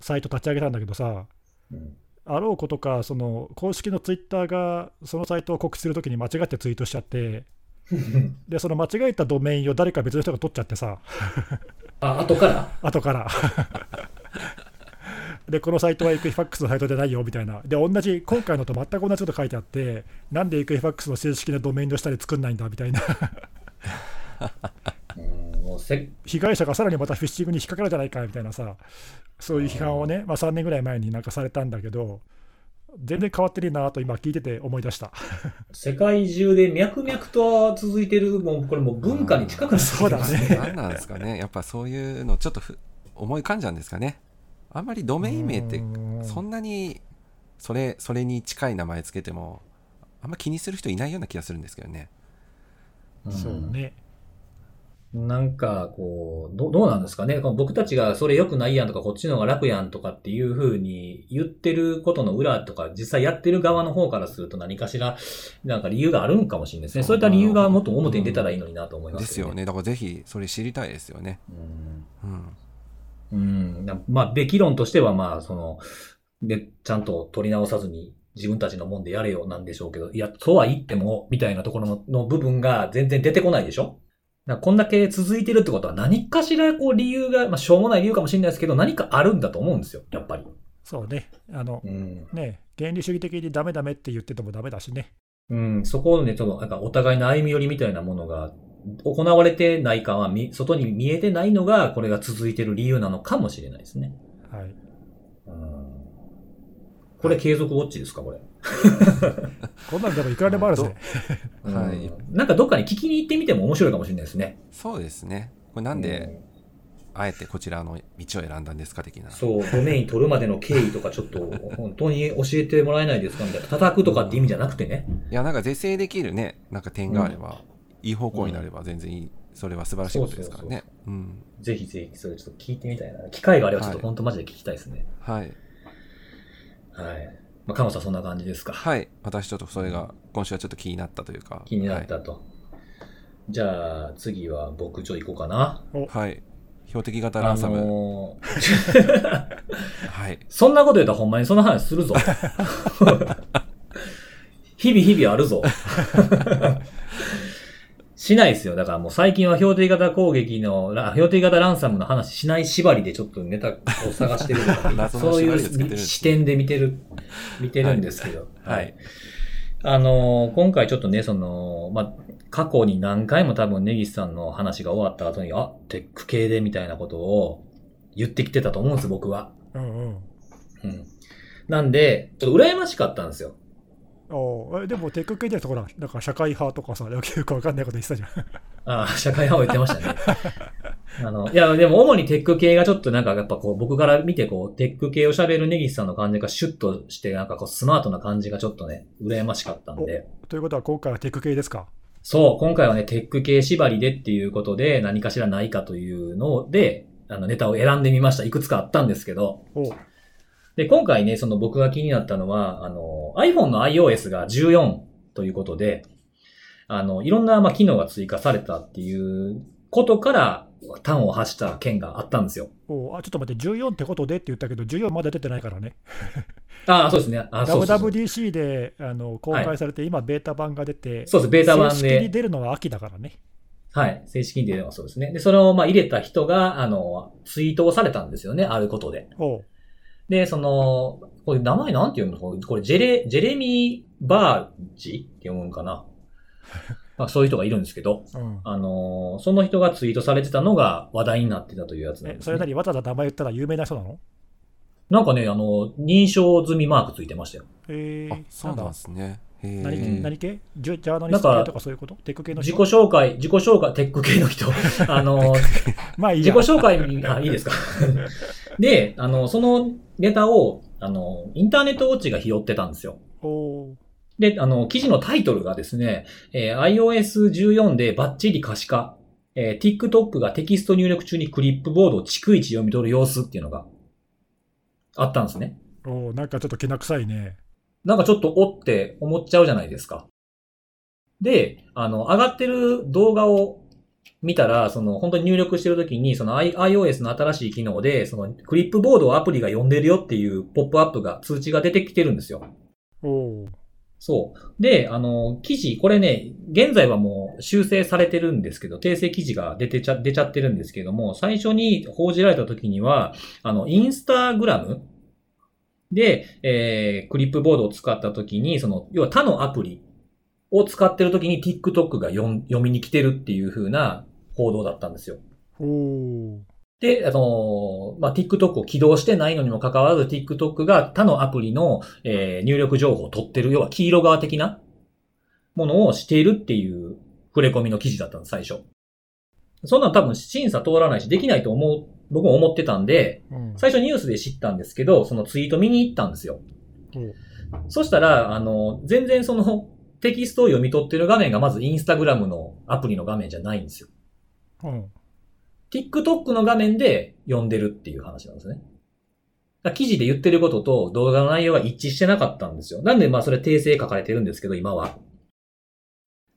Speaker 1: サイト立ち上げたんだけどさ、
Speaker 2: うん
Speaker 1: あろうことか、その公式のツイッターがそのサイトを告知するときに間違ってツイートしちゃ って、で、その間違えたドメインを誰か別の人が取っちゃってさ、
Speaker 2: あ、後から
Speaker 1: 後から。で、このサイトはエクイファックスのサイトじゃないよみたいな。で、同じ、今回のと全く同じこと書いてあって、なんでエクイファックスの正式なドメインの下で作んないんだみたいな。
Speaker 2: うん、もうせ
Speaker 1: 被害者がさらにまたフィッシングに引っかかるじゃないかみたいなさ、そういう批判をね、まあ、3年ぐらい前になんかされたんだけど、全然変わってるなと今聞いてて思い出した。
Speaker 2: 世界中で脈々と続いてる、もうこれもう文化に近くなってきて
Speaker 1: そ
Speaker 2: ます
Speaker 1: うだね
Speaker 3: 何なんですかね。やっぱそういうの、ちょっとふ思い浮かんじゃうんですかね。あんまりドメイン名って、そんなに、それ、それに近い名前つけても、あんま気にする人いないような気がするんですけどね。
Speaker 1: うんそうね。
Speaker 2: なんか、こう、ど、どうなんですかね。この僕たちがそれ良くないやんとか、こっちの方が楽やんとかっていう風に言ってることの裏とか、実際やってる側の方からすると何かしら、なんか理由があるんかもしれないですね。そういった理由がもっと表に出たらいいのになと思いま
Speaker 3: ですす
Speaker 2: けど
Speaker 3: よ
Speaker 2: ね。
Speaker 3: ね。だからぜひ、それ知りたいですよね。
Speaker 2: う
Speaker 3: うん。
Speaker 2: ん。うん。まあ、べき論としては、まあ、その、で、ちゃんと取り直さずに自分たちのもんでやれよなんでしょうけど、いや、そうは言っても、みたいなところのの部分が全然出てこないでしょだからこんだけ続いてるってことは何かしらこう理由が、まあしょうもない理由かもしれないですけど、何かあるんだと思うんですよ、やっぱり。
Speaker 1: そうね。あの、
Speaker 2: うん。
Speaker 1: ね、原理主義的にダメダメって言っててもダメだしね。
Speaker 2: うん、そこをね、ちょっとなんかお互いの歩み寄りみたいなものが行われてないかは見、外に見えてないのが、これが続いてる理由なのかもしれないですね。
Speaker 1: はい。
Speaker 2: うん。これ継続ウォッチですか、これ。
Speaker 1: こんなんでもいくらでもあるぜ。
Speaker 3: はい
Speaker 2: うんなんかどっかに聞きに行ってみても面白いかもしれないですね。
Speaker 3: そうですね。これなんで、あえてこちらの道を選んだんですか的な。
Speaker 2: そう、ドメイン取るまでの経緯とかちょっと、本当に教えてもらえないですかみたいな。叩くとかって意味じゃなくてね。
Speaker 3: いや、なんか是正できるね、なんか点があれば、いい方向になれば全然いい、それは素晴らしいことですからね。うん。
Speaker 2: ぜひぜひ、それちょっと聞いてみたいな。機会があればちょっと
Speaker 3: はい
Speaker 2: 本当マジで聞きたいですね。
Speaker 3: はい。
Speaker 2: はい。まあ、かもさんそんな感じですか。
Speaker 3: はい。私ちょっとそれが、今週はちょっと気になったというか。
Speaker 2: 気になったと。じゃあ、次は僕ちょい行こうかな。
Speaker 3: はい。はい。標的型ランサム。
Speaker 2: あのー
Speaker 3: はい。
Speaker 2: そんなこと言うたらほんまにその話する ぞ。日々日々あるぞ。しないですよ。だからもう最近は標定型攻撃の、ら標定型ランサムの話しない縛りでちょっとネタを探してるとか、
Speaker 3: 謎の
Speaker 2: そうい
Speaker 3: 縛りを作ってるんで
Speaker 2: う
Speaker 3: すね
Speaker 2: 視点で見てる、見てるんですけど。
Speaker 3: はいはい
Speaker 2: あのー今回ちょっとね、その、まあ、過去に何回も多分根岸さんの話が終わった後に、あ、テック系でみたいなことを言ってきてたと思うんです、僕は。
Speaker 1: うんうん。
Speaker 2: うん。なんで、ちょっと羨ましかったんですよ。
Speaker 1: おーえでもテック系じゃなくてほら、なんか社会派とかさ、よくわかんないこと言ってたじゃん。
Speaker 2: ああ、社会派を言ってましたね。あの、いや、でも主にテック系がちょっとなんかやっぱこう僕から見てこう、テック系を喋る根岸さんの感じがシュッとして、なんかこうスマートな感じがちょっとね、羨ましかったんで。
Speaker 1: ということは今回はテック系ですか
Speaker 2: そう、今回はね、テック系縛りでっていうことで何かしらないかというので、あのネタを選んでみました。いくつかあったんですけど。
Speaker 1: おう
Speaker 2: で、今回ね、その僕が気になったのは、あの、iPhone の iOS が14ということで、あの、いろんな、まあ、機能が追加されたっていうことから、端を発した件があったんですよ。
Speaker 1: おうあちょっと待って、14ってことでって言ったけど、14まだ出てないからね。
Speaker 2: ああ、そうですね。あそうそうそう。
Speaker 1: WWDC であの公開されて、今、ベータ版が出て、
Speaker 2: そうです、ベータ版
Speaker 1: 正式に
Speaker 2: で。
Speaker 1: 出るのは秋だからね。
Speaker 2: はい。正式に出るのはそうですね。で、それを、まあ、入れた人が、あの、ツイートをされたんですよね。あることで。
Speaker 1: おう
Speaker 2: で、その、これ名前なんて読むのこれこれジェレ、ジェレミー・バージって読むん かなまあそういう人がいるんですけど、
Speaker 1: うん
Speaker 2: あのーその人がツイートされてたのが話題になってたというやつなん
Speaker 1: え
Speaker 2: です、
Speaker 1: それな
Speaker 2: ね。
Speaker 1: りわざわざ名前言ったら有名な人なの
Speaker 2: なんかね、あの、認証済みマークついてましたよ。
Speaker 1: え
Speaker 3: あ
Speaker 1: ー、
Speaker 3: そうなんですね。へえ
Speaker 1: 何系
Speaker 2: えー
Speaker 1: 何系ジュジャーナリスト系とかそういうことテック系の
Speaker 2: 自己
Speaker 1: 人
Speaker 2: 紹介、自己紹介、テック系 の人。あのー、
Speaker 1: まあいい
Speaker 2: 自
Speaker 1: や
Speaker 2: 己。紹介に、あ、いいです か。で、あの、そのネタを、あの、インターネットウォッチが拾ってたんですよ。
Speaker 1: おー
Speaker 2: で、あの、記事のタイトルがですね、えー iOS14 でバッチリ可視化。えー TikTok がテキスト入力中にクリップボードを逐一読み取る様子っていうのがあったんですね。
Speaker 1: おーなんかちょっと気な臭いね。
Speaker 2: なんかちょっとおって思っちゃうじゃないですか。で、あの、上がってる動画を見たら、その、本当に入力してるときに、その I- iOS の新しい機能で、その、クリップボードをアプリが読んでるよっていうポップアップが、通知が出てきてるんですよ。
Speaker 1: おー
Speaker 2: そう。で、あの、記事、これね、現在はもう修正されてるんですけど、訂正記事が出てちゃ、出ちゃってるんですけども、最初に報じられた時には、あの、インスタグラムで、えー、クリップボードを使った時に、その、要は他のアプリを使ってる時に TikTok が読ん読みに来てるっていう風な報道だったんですよ。
Speaker 1: おー
Speaker 2: で、あの、まあ、TikTok を起動してないのにもかかわらず、TikTok が他のアプリの、えー入力情報を取ってる、要は黄色側的なものをしているっていう触れ込みの記事だったんです、最初。そんなん多分審査通らないし、できないと思う、僕も思ってたんで、
Speaker 1: うん
Speaker 2: 最初ニュースで知ったんですけど、そのツイート見に行ったんですよ。
Speaker 1: お
Speaker 2: そしたら、あの、全然そのテキストを読み取ってる画面がまずインスタグラムのアプリの画面じゃないんですよ。
Speaker 1: うん。
Speaker 2: TikTok の画面で読んでるっていう話なんですね。だから記事で言ってることと動画の内容が一致してなかったんですよ。なんでまあそれ訂正書かれてるんですけど、今は。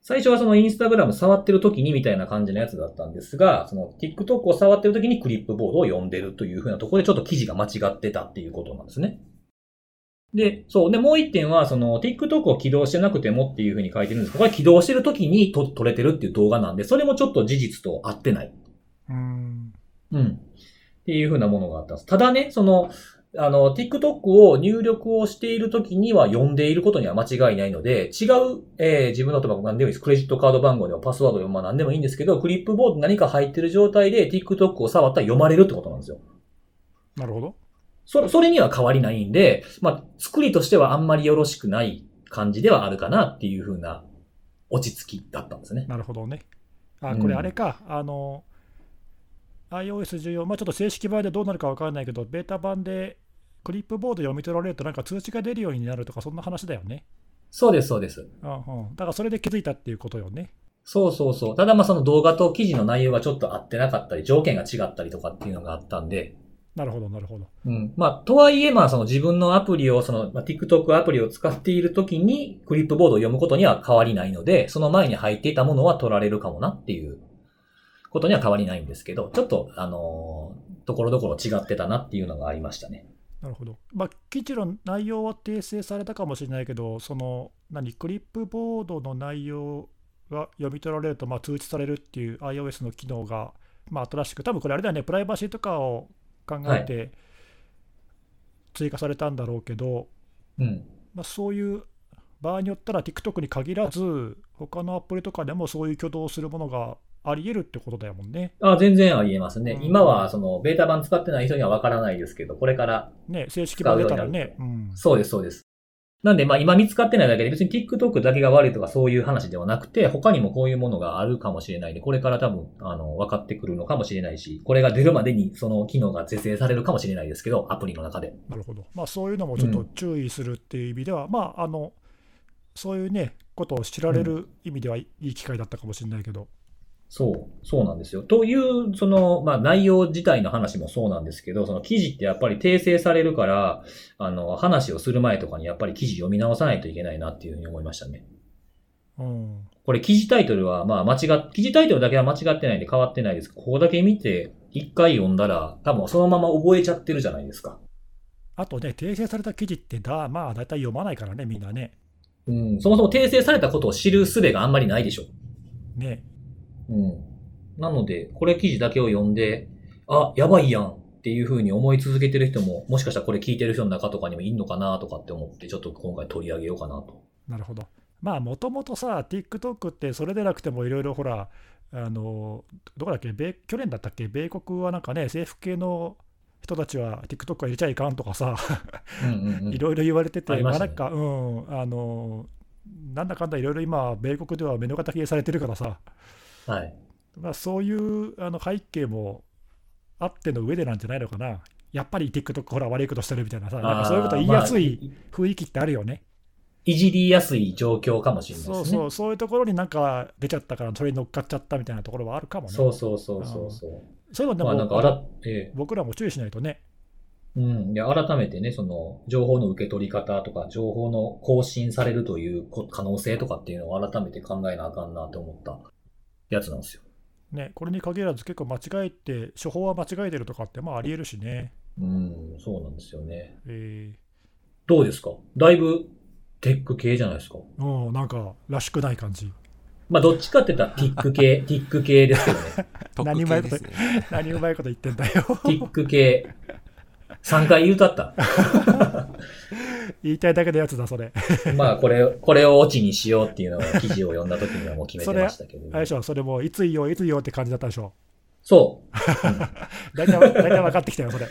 Speaker 2: 最初はそのインスタグラム触ってる時にみたいな感じのやつだったんですが、その TikTok を触ってる時にクリップボードを読んでるというふうなところでちょっと記事が間違ってたっていうことなんですね。で、そう。で、もう一点は、その TikTok を起動してなくてもっていうふうに書いてるんですが、これ起動してる時にと撮れてるっていう動画なんで、それもちょっと事実と合ってない。
Speaker 1: うん。
Speaker 2: うん。っていう風なものがあったんです。ただね、その、あの、TikTok を入力をしているときには読んでいることには間違いないので、違う、えー自分のとば何でもいいです。クレジットカード番号でもパスワードでもまあ何でもいいんですけど、クリップボード何か入ってる状態で TikTok を触ったら読まれるってことなんですよ。
Speaker 1: なるほど。
Speaker 2: それ、それには変わりないんで、まあ、作りとしてはあんまりよろしくない感じではあるかなっていう風な落ち着きだったんですね。
Speaker 1: なるほどね。あ、
Speaker 2: うん
Speaker 1: これあれか。あの、iOS14、まあちょっと正式版でどうなるかわからないけど、ベータ版でクリップボード読み取られるとなんか通知が出るようになるとか、そんな話だよね。
Speaker 2: そうです、そうです。
Speaker 1: うんうん。だからそれで気づいたっていうことよね。
Speaker 2: そうそうそう。ただまあその動画と記事の内容がちょっと合ってなかったり、条件が違ったりとかっていうのがあったんで、
Speaker 1: なるほど、なるほど。
Speaker 2: うん。まあ、とはいえまあその自分のアプリを、その、まあ、TikTok アプリを使っているときに、クリップボードを読むことには変わりないので、その前に入っていたものは取られるかもなっていうことには変わりないんですけど、ちょっと、あのーところどころ違ってたなっていうのがありましたね。
Speaker 1: なるほど。まあ、記事の内容は訂正されたかもしれないけど、その、何、クリップボードの内容が読み取られると、まあ、通知されるっていう iOS の機能が、まあ、新しく、多分これあれだよね、プライバシーとかを考えて追加されたんだろうけど、
Speaker 2: うん。
Speaker 1: まあ、そういう場合によったら、TikTok に限らず、他のアプリとかでもそういう挙動をするものがあり得るってことだよもんね。
Speaker 2: あ全然ありえますね
Speaker 1: う。ん
Speaker 2: 今はその、ベータ版使ってない人にはわからないですけど、これから
Speaker 1: ね、正式版出たらね。うん
Speaker 2: そうです、そうです。なんで、まあ今見つかってないだけで、別に TikTok だけが悪いとかそういう話ではなくて、他にもこういうものがあるかもしれないんで、これから多分、あの、分かってくるのかもしれないし、これが出るまでにその機能が是正されるかもしれないですけど、アプリの中で。
Speaker 1: なるほど、まあ、そういうのもちょっ
Speaker 2: う
Speaker 1: と
Speaker 2: ん
Speaker 1: 注意するっていう意味では、まあ、あのそういうね、ことを知られる意味ではいい機会だったかもしれないけど、
Speaker 2: そう、そうなんですよ。という、その、まあ内容自体の話もそうなんですけど、その記事ってやっぱり訂正されるから、あの、話をする前とかにやっぱり記事読み直さないといけないなっていうふうに思いましたね。
Speaker 1: うん、
Speaker 2: これ記事タイトルは、まあ間違っ、記事タイトルだけは間違ってないんで変わってないですけど、ここだけ見て、一回読んだら、多分そのまま覚えちゃってるじゃないですか。
Speaker 1: あとね、訂正された記事ってだ、まあ、大体読まないからね、みんなね。
Speaker 2: うん。そもそも訂正されたことを知る術があんまりないでしょ。
Speaker 1: ね
Speaker 2: うん。なので、これ記事だけを読んで、あ、やばいやん。っていうふうに思い続けてる人も、もしかしたらこれ聞いてる人の中とかにもいんのかなとかって思って、ちょっと今回取り上げようかなと。
Speaker 1: なるほど。まあ、もともとさ、TikTok ってそれでなくてもいろいろほら、あの、どこだっけ、米去年だったっけ、米国はなんかね、政府系の人たちは TikTok は入れちゃいかんとかさ、
Speaker 2: うんうんうん
Speaker 1: いろいろ言われてて、
Speaker 2: ありまし
Speaker 1: な
Speaker 2: たね
Speaker 1: んか、うん、あの、なんだかんだいろいろ今、米国では目の敵にされてるからさ、
Speaker 2: はい。
Speaker 1: まあ、そういうあの背景もあっての上でなんじゃないのかな。やっぱり TikTok ほら悪いことしてるみたいなさ、なんかそういうこと言いやすい
Speaker 2: あー。まあ
Speaker 1: 雰囲気ってあるよね。
Speaker 2: いじりやすい状況かもしれないです
Speaker 1: そ
Speaker 2: ね。
Speaker 1: うそう、そういうところになんか出ちゃったから、それに乗っかっちゃったみたいなところはあるかもね。
Speaker 2: そうそうそうそうそう。
Speaker 1: そういうので
Speaker 2: まあ
Speaker 1: も、
Speaker 2: なんかあら、え
Speaker 1: 僕らも注意しないとね。
Speaker 2: えうん。で、改めてね、その、情報の受け取り方とか、情報の更新されるというこ可能性とかっていうのを改めて考えなあかんなと思ったやつなんですよ。
Speaker 1: ね、これに限らず結構間違えて、処方は間違えてるとかって、まあありえるしね。
Speaker 2: うん、そうなんですよね。
Speaker 1: え
Speaker 2: どうですかだいぶ、テック系じゃないですか。
Speaker 1: ー、うん、なんか、らしくない感じ。
Speaker 2: まあ、どっちかって言ったら、ティッ ク系、ティック系ですけどね。
Speaker 3: 特
Speaker 1: 何もや
Speaker 3: 系
Speaker 1: る
Speaker 3: で
Speaker 1: こと
Speaker 3: すね。
Speaker 1: 何うまいこと言ってんだよ。
Speaker 2: ティック系。3回言うたった。
Speaker 1: 言いたいだけのやつだ、それ。
Speaker 2: まあ、これ、これをオチにしようっていうのを記事を読んだ時にはもう決めてましたけど、
Speaker 1: あれでしょ、それもういつ言いよう、いつ言いようって感じだったでしょ。
Speaker 2: そう。
Speaker 1: 大体、大体分かってきたよ、それ。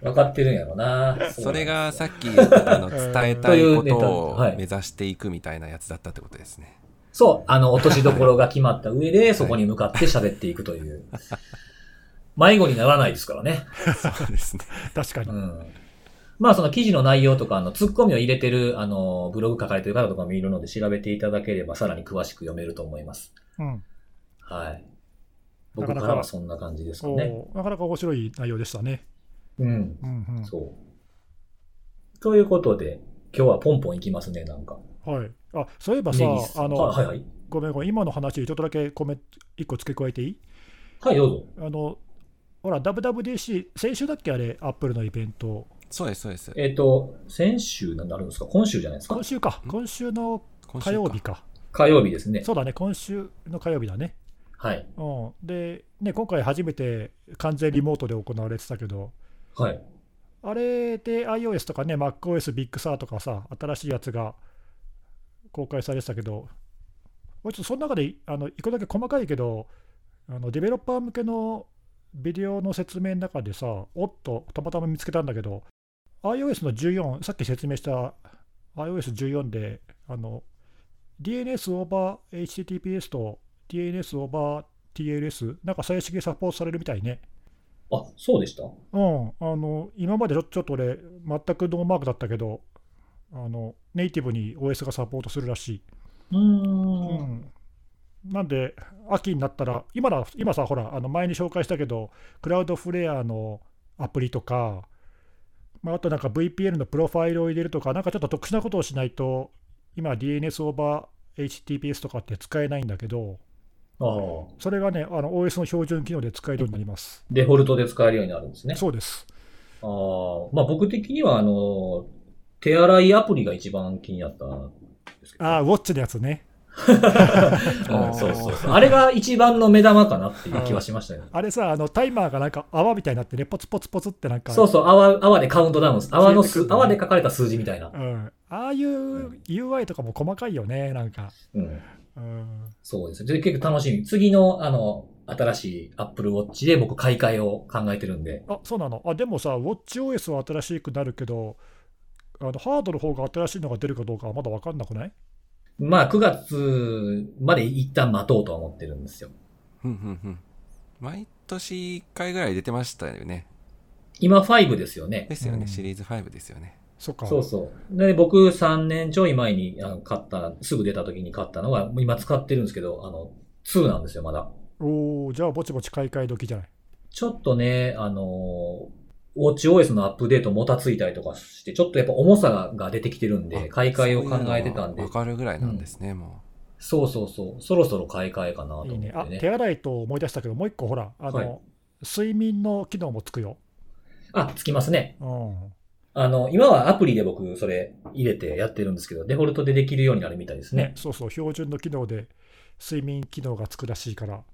Speaker 2: 分かってるんやろな。
Speaker 3: それがさ
Speaker 2: っ
Speaker 3: っき言ったあの伝えたいこと
Speaker 2: というネタは
Speaker 3: を
Speaker 2: い
Speaker 3: 目指していくみたいなやつだったってことですね。
Speaker 2: そう。あの、落としどころが決まった上で、そこに向かって喋っていくという。迷子にならないですからね。
Speaker 3: そうですね。
Speaker 1: 確かに
Speaker 2: う。ん。まあ、その記事の内容とか、あの、ツッコミを入れてる、あの、ブログ書かれてる方とかもいるので、調べていただければ、さらに詳しく読めると思います。
Speaker 1: うん。
Speaker 2: はい。
Speaker 1: な
Speaker 2: 僕
Speaker 1: かなか
Speaker 2: からはそんな感じですか
Speaker 1: お
Speaker 2: ね。
Speaker 1: ーなかなか面白い内容でしたね。
Speaker 2: うん。
Speaker 1: うんうん。
Speaker 2: そう。ということで、今日はポンポンいきますね、なんか。
Speaker 1: はい、あそういえばさ
Speaker 2: ネギス、
Speaker 1: あの、
Speaker 2: はいはいはい。
Speaker 1: ごめんごめん、今の話、ちょっとだけコメ1個付け加えていい
Speaker 2: はい、どうぞ。
Speaker 1: あのほら、WWDC、先週だっけ、あれ、アップルのイベント、
Speaker 3: そうです、そうです。
Speaker 2: えっ、と、先週になるんですか今週じゃないですか
Speaker 1: 今週か、
Speaker 3: うん
Speaker 1: 今週の
Speaker 3: 今
Speaker 1: 火
Speaker 3: 週か
Speaker 1: 曜日か、
Speaker 2: 火曜日ですね。
Speaker 1: そうだね、今週の火曜日だね。
Speaker 2: はい。
Speaker 1: うん、で、ね、今回初めて完全リモートで行われてたけど、
Speaker 2: はい。
Speaker 1: あれで iOS とかね、MacOS、ビッグサーとかさ、新しいやつが公開されてたけど、俺ちょっとその中であの一個だけ細かいけど、あのデベロッパー向けのビデオの説明の中でさ、おっと、たまたま見つけたんだけど、iOS の14、さっき説明した iOS14 で、あの DNS オーバー HTTPS と DNS オーバー TLS、なんか正式にサポートされるみたいね。
Speaker 2: あ、そうでした
Speaker 1: うん、あの今までちょちょっと俺、全くノーマークだったけど、あのネイティブに OS がサポートするらしい。
Speaker 2: うー。
Speaker 1: うんん、なんで、秋になったら、今だ今さ、ほら、あの前に紹介したけど、クラウドフレアのアプリとか、まあ、あとなんか VPN のプロファイルを入れるとか、なんかちょっと特殊なことをしないと、今、DNS オーバー HTTPS とかって使えないんだけど、
Speaker 2: ああ。
Speaker 1: それがね、あの OS の標準機能で使えるようになります。
Speaker 2: デフォルトで使えるようになるんですね。
Speaker 1: そうです。
Speaker 2: ああ。まあ僕的には、あの、手洗いアプリが一番気になったんですけど。
Speaker 1: あー、ウォッチのやつね。
Speaker 2: うんそうそうそう。あれが一番の目玉かなっていう気はしましたね。
Speaker 1: あれさ、あのタイマーがなんか泡みたいになってね、ポツポツポツってなんか、
Speaker 2: そうそう、泡、泡でカウントダウンす、泡の
Speaker 1: 消えて
Speaker 2: す、
Speaker 1: くるね
Speaker 2: 泡で書かれた数字みたいな。
Speaker 1: うん、ああいう UI とかも細かいよね、なんか。
Speaker 2: うん。
Speaker 1: うん、
Speaker 2: そうですね。で、結構楽しみ。次の、あの、新しい Apple Watch で僕買い替えを考えてるんで。
Speaker 1: あそうなのあ。でもさ、WatchOS は新しくなるけど、あのハードの方が新しいのが出るかどうかはまだ分かんなくない
Speaker 2: まあ、9月まで一旦待とうとは思ってるんですよ。
Speaker 3: うんうんうん毎年1回ぐらい出てましたよね。
Speaker 2: 今5ですよね
Speaker 3: で。すよね、
Speaker 1: うん
Speaker 3: シリーズ5ですよね。
Speaker 1: そっか。
Speaker 2: そうそう。で、僕3年ちょい前にあの買った、すぐ出た時に買ったのが、もう今使ってるんですけど、あの、2なんですよ、まだ。
Speaker 1: おおじゃあ、ぼちぼち買い替え時じゃない。
Speaker 2: ちょっとね、あの、WatchOS のアップデートもたついたりとかして、ちょっとやっぱ重さが出てきてるんで、
Speaker 3: あ
Speaker 2: 買い替えを考えてたんで
Speaker 3: わ、かるぐらいなんですね、も
Speaker 2: そうそうそう、そろそろ買い替えかなと思
Speaker 1: い
Speaker 2: って
Speaker 1: いね
Speaker 2: ね。。
Speaker 1: あ、手洗いと思い出したけど、もう一個ほら、あの、
Speaker 2: はい
Speaker 1: 睡眠の機能もつくよ。
Speaker 2: あ、つきますね。
Speaker 1: うん。
Speaker 2: あの、今はアプリで僕、それ入れてやってるんですけど、デフォルトでできるようになるみたいですね。
Speaker 1: そうそう、標準の機能で睡眠機能がつくらしいから、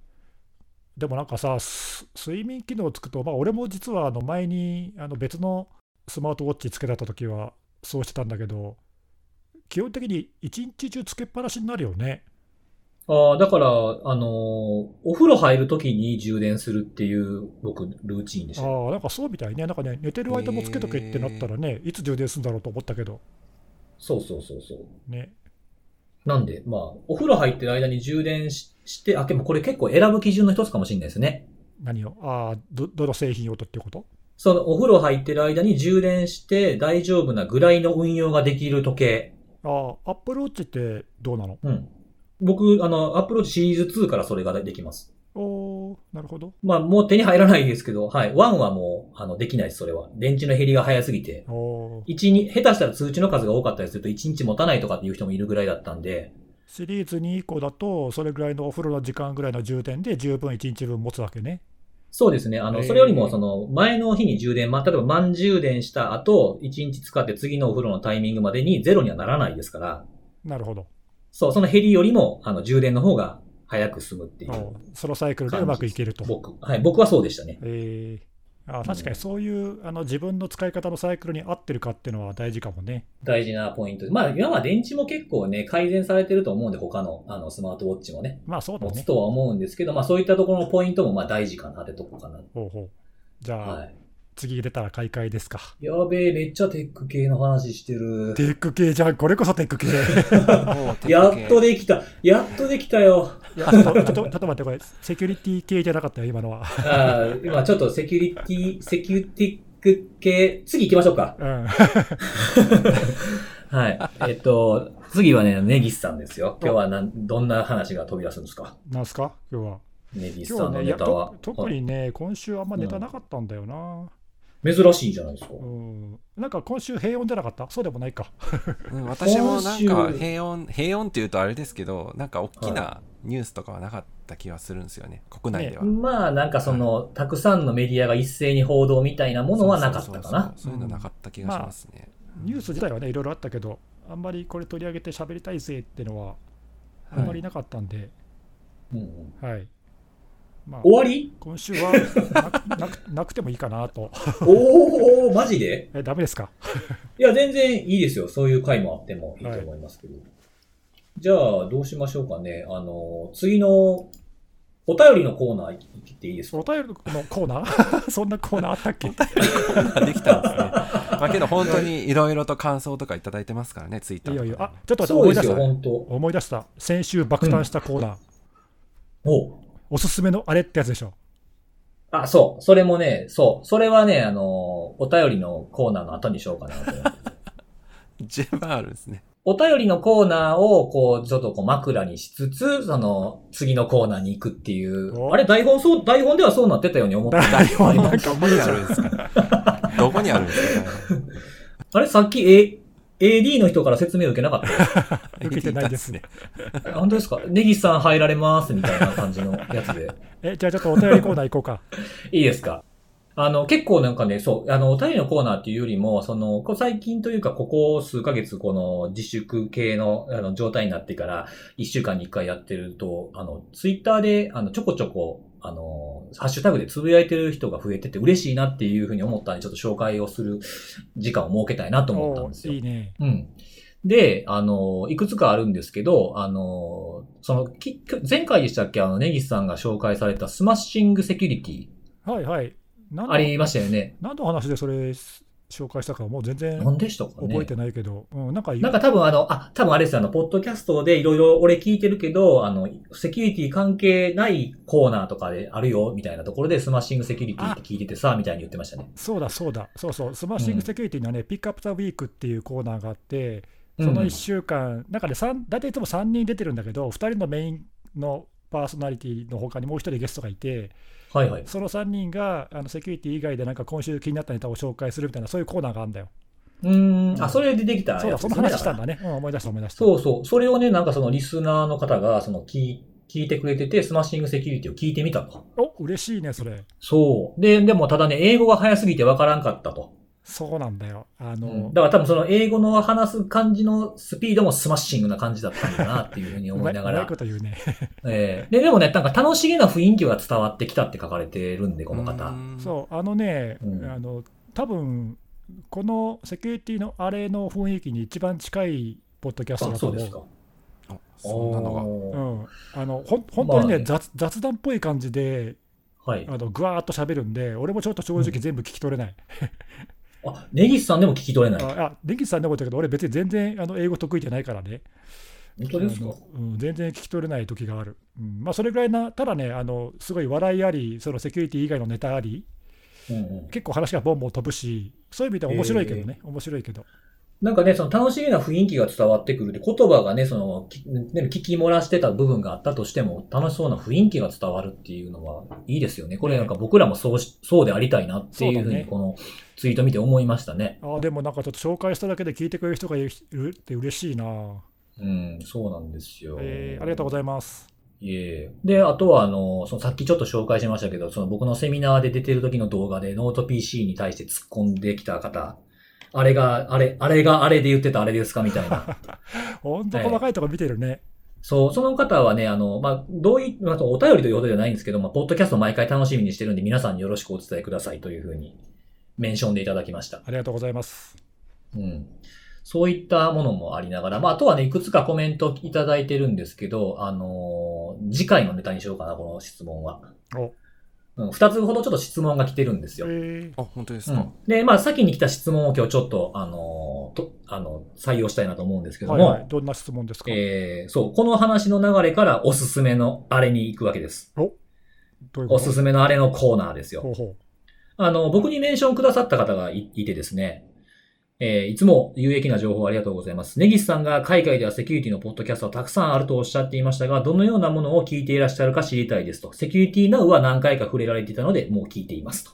Speaker 1: でもなんかさ、す睡眠機能つくと、まあ、俺も実はあの前にあの別のスマートウォッチつけた時はそうしてたんだけど、基本的に一日中つけっぱなしになるよね。
Speaker 2: ああ、だから、あのーお風呂入るときに充電するっていう、僕、ルーチンでし
Speaker 1: あ
Speaker 2: た。
Speaker 1: あ、なんかそうみたいね。なんかね、寝てる間もつけとけってなったらね、いつ充電するんだろうと思ったけど、
Speaker 2: そうそうそうそう。
Speaker 1: ね。
Speaker 2: なんで、まあ、お風呂入ってる間に充電しして、あ、でもこれ結構選ぶ基準の一つかもしれないですね。
Speaker 1: 何を、ああ、ど、どの製品をとっていうこと
Speaker 2: その、お風呂入ってる間に充電して大丈夫なぐらいの運用ができる時計。
Speaker 1: ああ、アップルウォッチってどうなの
Speaker 2: うん。僕、あの、アップローチシリーズ2からそれができます。
Speaker 1: おー、なるほど。
Speaker 2: まあ、もう手に入らないですけど、はい。1はもう、あの、できないです、それは。電池の減りが早すぎて。
Speaker 1: おー
Speaker 2: 1に、下手したら通知の数が多かったりすると1日持たないとかっていう人もいるぐらいだったんで、
Speaker 1: シリーズ2以降だと、それぐらいのお風呂の時間ぐらいの充電で十分1日分持つわけね。
Speaker 2: そうですね。あ
Speaker 3: え
Speaker 2: の、
Speaker 3: ー
Speaker 2: それよりも、その、前の日に充電、ま、例えば満充電した後、1日使って次のお風呂のタイミングまでにゼロにはならないですから、
Speaker 1: なるほど。
Speaker 2: そう、その減りよりも、あの、充電の方が早く済むっていう
Speaker 1: お
Speaker 2: 感
Speaker 1: ーそのサイクル
Speaker 2: じ
Speaker 1: で
Speaker 2: です。
Speaker 1: うまくいけると。
Speaker 2: 僕、はい、僕はそうでしたね。
Speaker 1: えーあー確かにそういうあの自分の使い方のサイクルに合ってるかっていうのは大事かもね。
Speaker 2: 大事なポイント。まあ、今は電池も結構ね、改善されてると思うんで、他の、あの、スマートウォッチもね、
Speaker 1: まあそうだ
Speaker 2: 持つ
Speaker 1: ね。
Speaker 2: とは思うんですけど、まあ、そういったところのポイントも、まあ、大事かなってとこかな。
Speaker 1: ほうほうじゃあ、
Speaker 2: はい。
Speaker 1: 次出たら買い替えですか。
Speaker 2: やべえ、めっちゃテック系の話してる。
Speaker 1: テック系じゃん、これこそテック系。
Speaker 3: もう 手
Speaker 2: や
Speaker 3: 掛
Speaker 2: っ
Speaker 3: け
Speaker 2: とできた。やっとできたよ。
Speaker 1: い やちょっとちょっとちょっと待って、これ、セキュリティ系じゃなかったよ、今のは。
Speaker 2: あー今ちょっとセキュリティ、セキュリティック系、次行きましょうか。
Speaker 1: うん、
Speaker 2: はい。えっと、次はね、ネギスさんですよ。今日はなんどんな話が飛び出すんですか
Speaker 1: なんすか、今日は。
Speaker 2: ネギス
Speaker 1: 今
Speaker 2: さん
Speaker 1: 日
Speaker 2: の
Speaker 1: ね、い
Speaker 2: ネ
Speaker 1: や
Speaker 2: タは
Speaker 1: と。特にね、今週あんまネタなかったんだよな。
Speaker 2: はい珍しいじゃないですか。
Speaker 1: うん、なんか今週平穏じゃなかったそうでもないか。
Speaker 3: うん私もなん
Speaker 2: 今
Speaker 3: か
Speaker 2: 週
Speaker 3: 平穏平穏っていうとあれですけどなんか大きなニュースとかはなかった気はするんですよね国内では、
Speaker 2: まあ、なんかその、たくさんのメディアが一斉に報道みたいなものはなかったかな。
Speaker 3: そうそうそうそういうのなかった気がしますね、
Speaker 1: ニュース自体はね、いろいろあったけど、あんまりこれ取り上げて喋りたいぜってのは、あ
Speaker 3: はい
Speaker 1: んまりなかったんで、
Speaker 2: うんうん
Speaker 1: はい。まあ、
Speaker 2: 終わり
Speaker 1: 今週はななくなくてもいいかなと。
Speaker 2: おー、マジで
Speaker 1: え、ダメですか
Speaker 2: いや、全然いいですよ。そういう回もあってもいいと思いますけど。じゃあ、どうしましょうかね。あの、次の、お便りのコーナー行っていいですか
Speaker 1: お便りのコーナ ーそんなコーナーあったっけい
Speaker 3: できたんですね。まあけど本当にいろいろと感想とかいただいてますからね、ツイッタ
Speaker 1: いよいよ
Speaker 3: ーと。か
Speaker 1: あ
Speaker 3: ね、
Speaker 1: ちょっと待って、
Speaker 2: そう
Speaker 1: 思い
Speaker 2: で
Speaker 1: 出
Speaker 2: す
Speaker 1: し
Speaker 2: よ、
Speaker 1: た。
Speaker 2: 本当
Speaker 1: 思い出した。先週爆誕したコーナー、
Speaker 2: お
Speaker 1: おすすめのあれってやつでしょ。
Speaker 2: あ、そう。それもね、そう。それはね、あの、お便りのコーナーの後にしようかなと 思って。
Speaker 3: 順番あるんですね。
Speaker 2: お便りのコーナーを、こう、ちょっとこう枕にしつつ、その、次のコーナーに行くっていう。
Speaker 1: お
Speaker 2: あれ、台本、そう、台本ではそうなってたように思った。
Speaker 1: 台本なんか
Speaker 3: どこにあるんですかどこにあるんですか
Speaker 2: あれ、さっき、A、AD の人から説明受けなかった
Speaker 1: 受けてないです
Speaker 3: ね。
Speaker 2: 本当ですかネギさん入られますみたいな感じのやつで。
Speaker 1: え、じゃあちょっとお便りコーナー行こうか。
Speaker 2: いいですかあの、結構なんかね、そう、あの、お便りのコーナーっていうよりも、その、こう最近というか、ここ数ヶ月、この自粛系のあの状態になってから、一週間に一回やってると、あの、ツイッターで、あの、ちょこちょこ、あの、ハッシュタグでつぶやいてる人が増えてて嬉しいなっていうふうに思ったんで、ちょっと紹介をする時間を設けたい なと思ったん
Speaker 1: お
Speaker 2: です
Speaker 1: ー
Speaker 2: よ。
Speaker 1: いいね。
Speaker 2: うん。で、あの、いくつかあるんですけど、あの、その、き前回でしたっけあの、ネギスさんが紹介されたスマッシングセキュリティ。
Speaker 1: はいはい。なん
Speaker 2: ありましたよね。
Speaker 1: 何の話でそれ紹介したか、もう全然
Speaker 2: 何でしたかね
Speaker 1: 覚えてないけど、うん、なんか言う
Speaker 2: なんか多分あの、あ、多分あれですよ、あの、ポッドキャストでいろいろ俺聞いてるけど、あの、セキュリティ関係ないコーナーとかであるよ、みたいなところで、スマッシングセキュリティって聞いててさ、みたいに言ってましたね。
Speaker 1: そうだそうだ、そうそう、スマッシングセキュリティのね、ピックアップ・ザ・ウィークっていうコーナーがあって、その1週間、なんかね、三大体いつも3人出てるんだけど、2人のメインのパーソナリティの他にもう1人ゲストがいて、
Speaker 2: うん、はいはい。
Speaker 1: その3人があのセキュリティ以外でなんか今週気になったネタを紹介するみたいな、そういうコーナーがあるんだよ。
Speaker 2: うーん、あ、それでできたやつ
Speaker 1: そうだ、
Speaker 2: です
Speaker 1: そ
Speaker 2: ね
Speaker 1: の話したんだね。うん、思い出した思い出した。
Speaker 2: そうそう。それをね、なんかそのリスナーの方が、その聞い聞いてくれてて、スマッシングセキュリティを聞いてみたと。
Speaker 1: お嬉しいね、それ。
Speaker 2: そう。で、でもただね、英語が早すぎてわからんかったと。
Speaker 1: そうなんだよ。あの、
Speaker 2: うんだから多分その英語の話す感じのスピードもスマッシングな感じだったんだなっていうふうに
Speaker 1: う
Speaker 2: 思
Speaker 1: ま
Speaker 2: い
Speaker 1: い
Speaker 2: な
Speaker 1: う
Speaker 2: が
Speaker 1: まい
Speaker 2: ら
Speaker 1: こ。と言うね。
Speaker 2: ええで、でもね、なんか楽しげな雰囲気が伝わってきたって書かれてるんで、この方。
Speaker 3: う
Speaker 1: そう、あのね、
Speaker 2: うん
Speaker 1: あの多分このセキュリティのあれの雰囲気に一番近いポッドキャスト
Speaker 2: あ、
Speaker 1: だと
Speaker 2: そ
Speaker 1: 思
Speaker 2: う
Speaker 1: う。
Speaker 2: ですか。
Speaker 3: ーん。あそんなのが。
Speaker 1: う
Speaker 2: が。
Speaker 1: ん、あのほん本当に
Speaker 2: ま
Speaker 1: ね,、
Speaker 2: あね
Speaker 1: 雑雑談っぽい感じで
Speaker 2: はい。
Speaker 1: あのぐわーっと喋るんで俺もちょっと正直全部聞き取れない、
Speaker 2: あ、根岸さんでも聞き取れない。
Speaker 1: ああ根岸さんのことだけど俺別に全然あの英語得意じゃないからね
Speaker 2: 本当ですか
Speaker 1: あのうん、全然聞き取れない時がある、うんまあ、それぐらいなただねあのすごい笑いありそのセキュリティ以外のネタあり
Speaker 2: うんうん。
Speaker 1: 結構話がボンボン飛ぶしそういう意味では面白いけどね、面白いけど
Speaker 2: なんかね、その楽しげな雰囲気が伝わってくるで、言葉がね、その、きね聞き漏らしてた部分があったとしても、楽しそうな雰囲気が伝わるっていうのはいいですよね。これなんか僕らもそうし、そうでありたいなってい
Speaker 1: そう
Speaker 2: うふう
Speaker 1: だね
Speaker 2: に、このツイート見て思いましたね。
Speaker 1: あーでもなんかちょっと紹介しただけで聞いてくれる人がいるって嬉しいな、
Speaker 2: うん、そうなんですよ。
Speaker 1: えーありがとうございます
Speaker 2: いえ。で、あとは、あの、そのさっきちょっと紹介しましたけど、その僕のセミナーで出てる時の動画でノート PC に対して突っ込んできた方、あれが、あれ、あれがあれで言ってたあれですかみたいな。
Speaker 1: 本当細かいとこ見てるね、
Speaker 2: そう、その方はね、あの、まあ、どういまあお便りというほどじゃないんですけど、まあ、ポッドキャスト毎回楽しみにしてるんで、皆さんによろしくお伝えくださいというふうに、メンションでいただきました。
Speaker 1: ありがとうございます
Speaker 2: うん。そういったものもありながら、まあ、あとはね、いくつかコメントいただいてるんですけど、あのー次回のネタにしようかな、この質問は。
Speaker 1: お
Speaker 2: うん、二つほどちょっと質問が来てるんです
Speaker 1: え
Speaker 2: よ。
Speaker 1: ー
Speaker 3: あ、本当です
Speaker 2: う
Speaker 3: か
Speaker 2: ん。、で、まあ、先に来た質問を今日ちょっと、あのーと、あの、採用したいなと思うんですけど
Speaker 1: はい
Speaker 2: も、
Speaker 1: はい、どんな質問ですか、
Speaker 2: えーそう、この話の流れからおすすめのあれに行くわけです。
Speaker 1: どういうこ
Speaker 2: お
Speaker 1: と
Speaker 2: すすめのあれのコーナーですよ。
Speaker 1: ほうほ
Speaker 2: あの、僕にメンションくださった方がいいてですね、えーいつも有益な情報ありがとうございます。ネギスさんが海外ではセキュリティのポッドキャストはたくさんあるとおっしゃっていましたが、どのようなものを聞いていらっしゃるか知りたいですと。セキュリティナウは何回か触れられていたので、もう聞いてい ますと。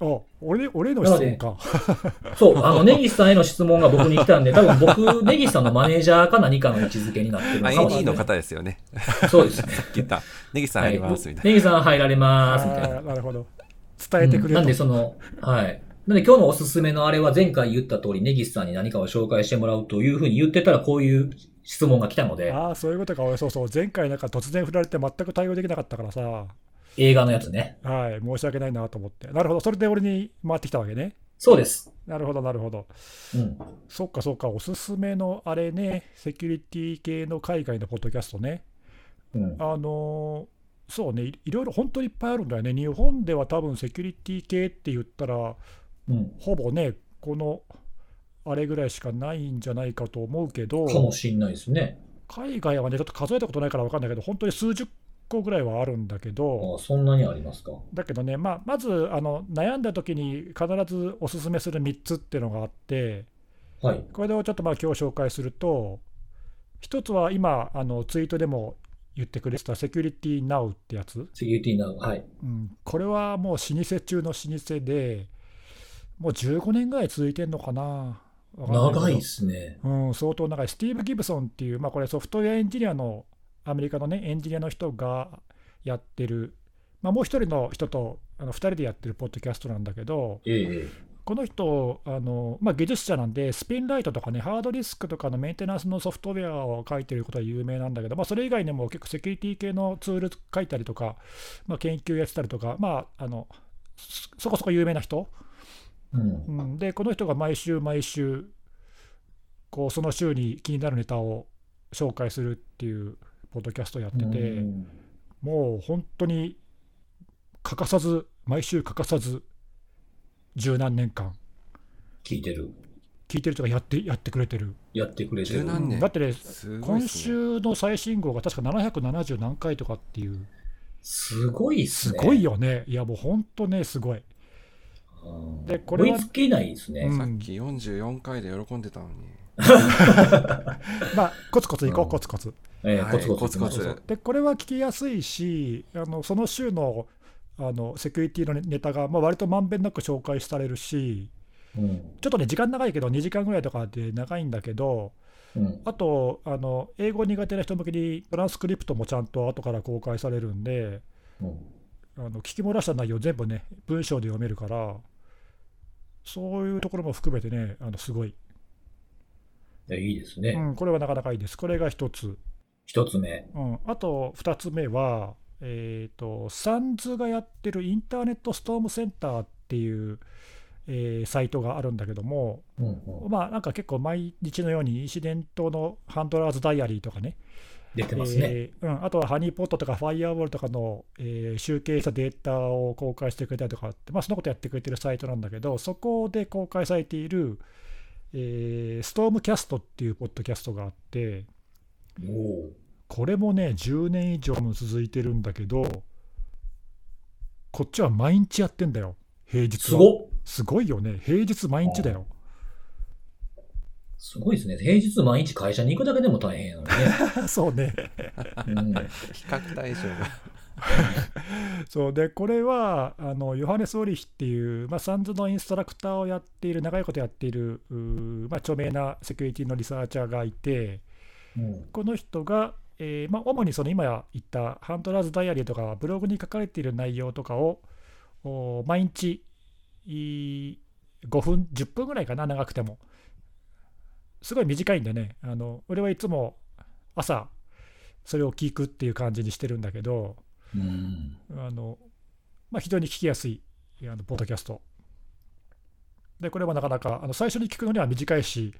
Speaker 1: うあ俺俺の質問か、
Speaker 2: そう、あの、ネギスさんへの質問が僕に来たんで、多分僕、ネギスさんのマネージャーか何かの位置づけになってるの
Speaker 3: あ、
Speaker 2: かもし
Speaker 3: AD
Speaker 2: れ
Speaker 3: の
Speaker 2: ない。
Speaker 3: 方ですよね。
Speaker 2: そうですね。
Speaker 3: 聞いた。ネギさんあります、みたい
Speaker 2: ネギさん入られます、みたいな
Speaker 1: あ。ーなるほど伝えてくれ
Speaker 2: うんな
Speaker 1: る
Speaker 2: んでその、はい。なんで今日のおすすめのあれは前回言った通り、ネギスさんに何かを紹介してもらうというふうに言ってたらこういう質問が来たので、
Speaker 1: ああそういうことか俺そうそう前回なんか突然振られて全く対応できなかったからさ
Speaker 2: 映画のやつね。
Speaker 1: はい申し訳ないなと思ってなるほどそれで俺に回ってきたわけね
Speaker 2: そうです。
Speaker 1: なるほどなるほど
Speaker 2: うん。
Speaker 1: そっかそっかおすすめのあれねセキュリティ系の海外のポッドキャストね
Speaker 2: うん。
Speaker 1: あのーそうねいいろいろ本当にいっぱいあるんだよね日本では多分セキュリティ系って言ったら
Speaker 2: うん。
Speaker 1: ほぼねこのあれぐらいしかないんじゃないかと思うけど
Speaker 2: かもしんないですね。
Speaker 1: 海外はねちょっと数えたことないから分かんないけど本当に数十個ぐらいはあるんだけど、
Speaker 2: あそんなにありますか。
Speaker 1: だけどね、まあ、まずあの悩んだ時に必ずおすすめする3つっていうのがあって
Speaker 2: はい。
Speaker 1: これをちょっとまあ今日紹介すると1つは今あのツイートでも言ってくれてた「セキュリティナウってやつ、
Speaker 2: セキュリティな、はい。
Speaker 1: うん、これはもう老舗中の老舗でもう15年ぐらい続いてんのかなわかんなけど
Speaker 2: 長いですね。
Speaker 1: うん、相当長い、スティーブ・ギブソンっていう、まあ、これソフトウェアエンジニアの、アメリカのね、エンジニアの人がやってる、まあ、もう一人の人とあの2人でやってるポッドキャストなんだけど、
Speaker 2: ええええ。
Speaker 1: この人、あのまあ、技術者なんで、スピンライトとかね、ハードディスクとかのメンテナンスのソフトウェアを書いてることは有名なんだけど、まあ、それ以外にも結構セキュリティ系のツール書いたりとか、まあ、研究やってたりとか、まあ、あのそそこそこ有名な人
Speaker 2: うん。
Speaker 1: うん、でこの人が毎週毎週こうその週に気になるネタを紹介するっていうポッドキャストをやってて、
Speaker 2: うん
Speaker 1: もう本当に欠かさず毎週欠かさず十何年間
Speaker 2: 聞いてる。
Speaker 1: 聞いてる人がやってやってくれてる、
Speaker 2: やってくれてる
Speaker 3: 十。何年
Speaker 1: だってね
Speaker 3: な。すごい
Speaker 1: 今
Speaker 3: ですね。
Speaker 1: 週の最新号が確か770何回とかっていう
Speaker 2: すごいっす
Speaker 1: す
Speaker 2: ね。
Speaker 1: ごいよねいやもう本当ねすごい
Speaker 2: うん。
Speaker 1: で
Speaker 2: で、
Speaker 1: こ
Speaker 2: こ
Speaker 1: れ
Speaker 2: れ
Speaker 1: は
Speaker 2: 追いつけないですね。
Speaker 1: うん
Speaker 3: さっき44回で喜んでたのに。
Speaker 1: まあコツコツいこう、
Speaker 2: うん
Speaker 1: コツコツ
Speaker 2: ええ
Speaker 3: はい
Speaker 2: コツコツ
Speaker 3: コツコ
Speaker 2: そうそう
Speaker 3: ツ。
Speaker 1: でこれは聞きやすいしあのその週のあのセキュリティのネネタが、まあ、割とまんべんなく紹介されるし
Speaker 2: うん。
Speaker 1: ちょっとね時間長いけど2時間ぐらいとかで長いんだけど
Speaker 2: うん。
Speaker 1: あとあの英語苦手な人向けにトランスクリプトもちゃんと後から公開されるんで
Speaker 2: うん
Speaker 1: あの聞き漏らした内容全部ね文章で読めるからそういうところも含めてね、あのすごい、
Speaker 2: いやいいですね。
Speaker 1: うん、これはなかなかいいです。これが一つ。
Speaker 2: 一つ目。
Speaker 1: うん、あと2つ目は、えーと、サンズがやってるインターネットストームセンターっていう、えーサイトがあるんだけども、
Speaker 2: うんうん、
Speaker 1: まあ、なんか結構毎日のように、イシデントのハンドラーズダイアリーとかね、
Speaker 2: 出てますね。
Speaker 1: えーうん、あとはハニーポットとかファイアウォールとかの、えー集計したデータを公開してくれたりとかって、まあ、そのことやってくれてるサイトなんだけど、そこで公開されている、えーストームキャストっていうポッドキャストがあって、
Speaker 2: おー
Speaker 1: これもね、10年以上も続いてるんだけど、こっちは毎日やってんだよ、平日は。
Speaker 2: すごっ
Speaker 1: すごいよね、平日毎日だよ。
Speaker 2: すごいですね。平日毎日会社に行くだけでも大変や の
Speaker 1: そうね。
Speaker 2: にね。
Speaker 3: 比較対象が。
Speaker 1: そうで、これは、あのヨハネス・オリヒっていう、まあ、サンズのインストラクターをやっている、長いことやっている、うーまあ、著名なセキュリティのリサーチャーがいて、
Speaker 2: うん。うん
Speaker 1: この人が、えーまあ、主にその今言ったハンドラーズ・ダイアリーとかブログに書かれている内容とかをおー毎日いー5分10分ぐらいかな長くてもすごい短いんでねあの俺はいつも朝それを聞くっていう感じにしてるんだけど
Speaker 2: うん。
Speaker 1: あの、まあ、非常に聞きやすいあのポッドキャストでこれはなかなかあの最初に聞くのには短いし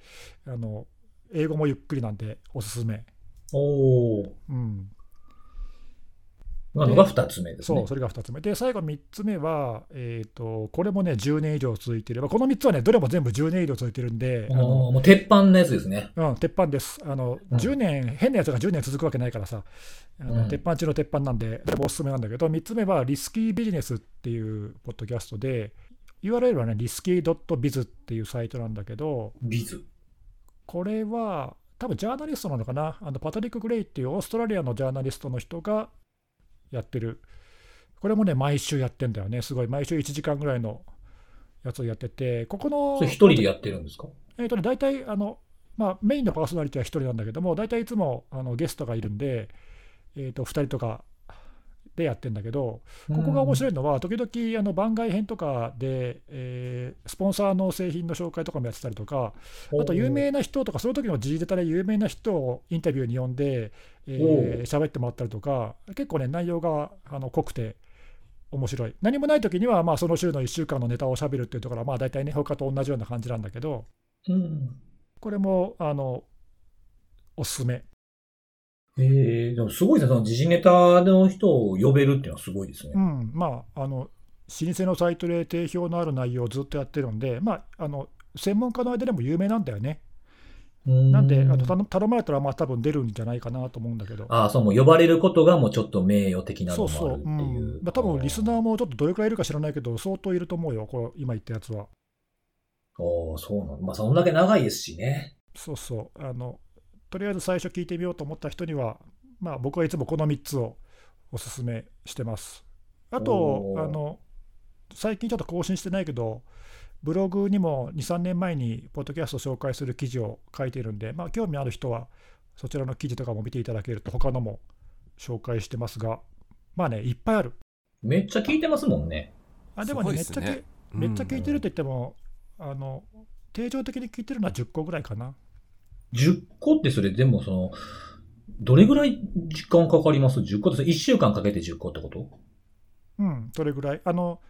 Speaker 1: あの英語もゆっくりなんでおすすめ。
Speaker 2: おー。
Speaker 1: うん、
Speaker 2: 今のが二つ目です
Speaker 1: そ
Speaker 2: ね
Speaker 1: う、。それが2つ目。で、最後3つ目は、えっ、と、これもね、10年以上続いてる。まあこの3つはね、どれも全部10年以上続いてるんで、あ
Speaker 2: あー
Speaker 1: の
Speaker 2: もう鉄板のやつですね。
Speaker 1: うん、鉄板です。あの、
Speaker 2: うん
Speaker 1: 10年、変なやつが10年続くわけないからさ、あの
Speaker 2: うん
Speaker 1: 鉄板中の鉄板なんで、でもおすすめなんだけど、3つ目は、リスキービジネスっていうポッドキャストで、URL はね、リスキー .biz っていうサイトなんだけど、
Speaker 2: ビズ。
Speaker 1: これは、多分ジャーナリストなのかな、あのパトリック・グレイっていうオーストラリアのジャーナリストの人がやってる、これもね、毎週やってんだよね、すごい、毎週1時間ぐらいのやつをやってて、ここの
Speaker 2: それ、一人でやってるんですか
Speaker 1: えーとね、大体あの、まあ、メインのパーソナリティは1人なんだけども、大体いつもあのゲストがいるんで、えー、と2人とかでやってんだけど、ここが面
Speaker 2: い。
Speaker 1: 白いのは、時々あの番外編とかで、えースポンサーの製品の紹介とかもやってたりとか、あと有名な人とか、その時の時事ネタで有名な人をインタビューに呼んで、えー
Speaker 2: おう
Speaker 1: 喋ってもらったりとか、結構ね、内容があの濃くて面白い。何もない時には、まあ、その週の1週間のネタを喋るっていうところは、まあ、大体ね、他と同じような感じなんだけど、
Speaker 2: うん。
Speaker 1: これもあのおすすめ。
Speaker 2: ええでもすごいですね。その時事ネタの人を呼べるっていうのはすごいですね
Speaker 1: う。ん、まあ、あの老舗のサイトで定評のある内容をずっとやってるんで、まあ、あの専門家の間でも有名なんだよね。なんで、あの頼頼まれたら、まあ、多分出るんじゃないかなと思うんだけど。
Speaker 2: ああ、そう、もう呼ばれることがもうちょっと名誉的な
Speaker 1: そ
Speaker 2: の
Speaker 1: う
Speaker 2: も
Speaker 1: そ
Speaker 2: あ
Speaker 1: う、
Speaker 2: るっ
Speaker 1: う
Speaker 2: てい
Speaker 1: ん
Speaker 2: う。
Speaker 1: まあ、多分リスナーもちょっとどれくらいいるか知らないけど、相当いると思うよ、こう今言ったやつは。
Speaker 2: おーそうなの。まあ、そんだけ長いですしね。
Speaker 1: そうそうあの、とりあえず最初聞いてみようと思った人には、まあ、僕はいつもこの3つをおすすめしてます。あと
Speaker 2: お、ー
Speaker 1: あの最近ちょっと更新してないけど、ブログにも2、3年前に、ポッドキャスト紹介する記事を書いてるんで、まあ、興味ある人は、そちらの記事とかも見ていただけると、他のも紹介してますが、まあね、いっぱいある。
Speaker 2: めっちゃ聞いてますもんね。
Speaker 1: あでもねめっ
Speaker 3: す
Speaker 1: ち
Speaker 3: ご
Speaker 1: ゃ
Speaker 3: いで
Speaker 1: け
Speaker 3: す
Speaker 1: め
Speaker 3: ね
Speaker 1: っちゃ
Speaker 3: うん
Speaker 1: 聞いてると言っても、あの定常的に聞いてるのは10個ぐらいかな。
Speaker 2: 10個ってそれでもその、どれぐらい時間かかります ?10 個ってそれ1週間かけて10個ってこと
Speaker 1: うん、それぐらい。あの、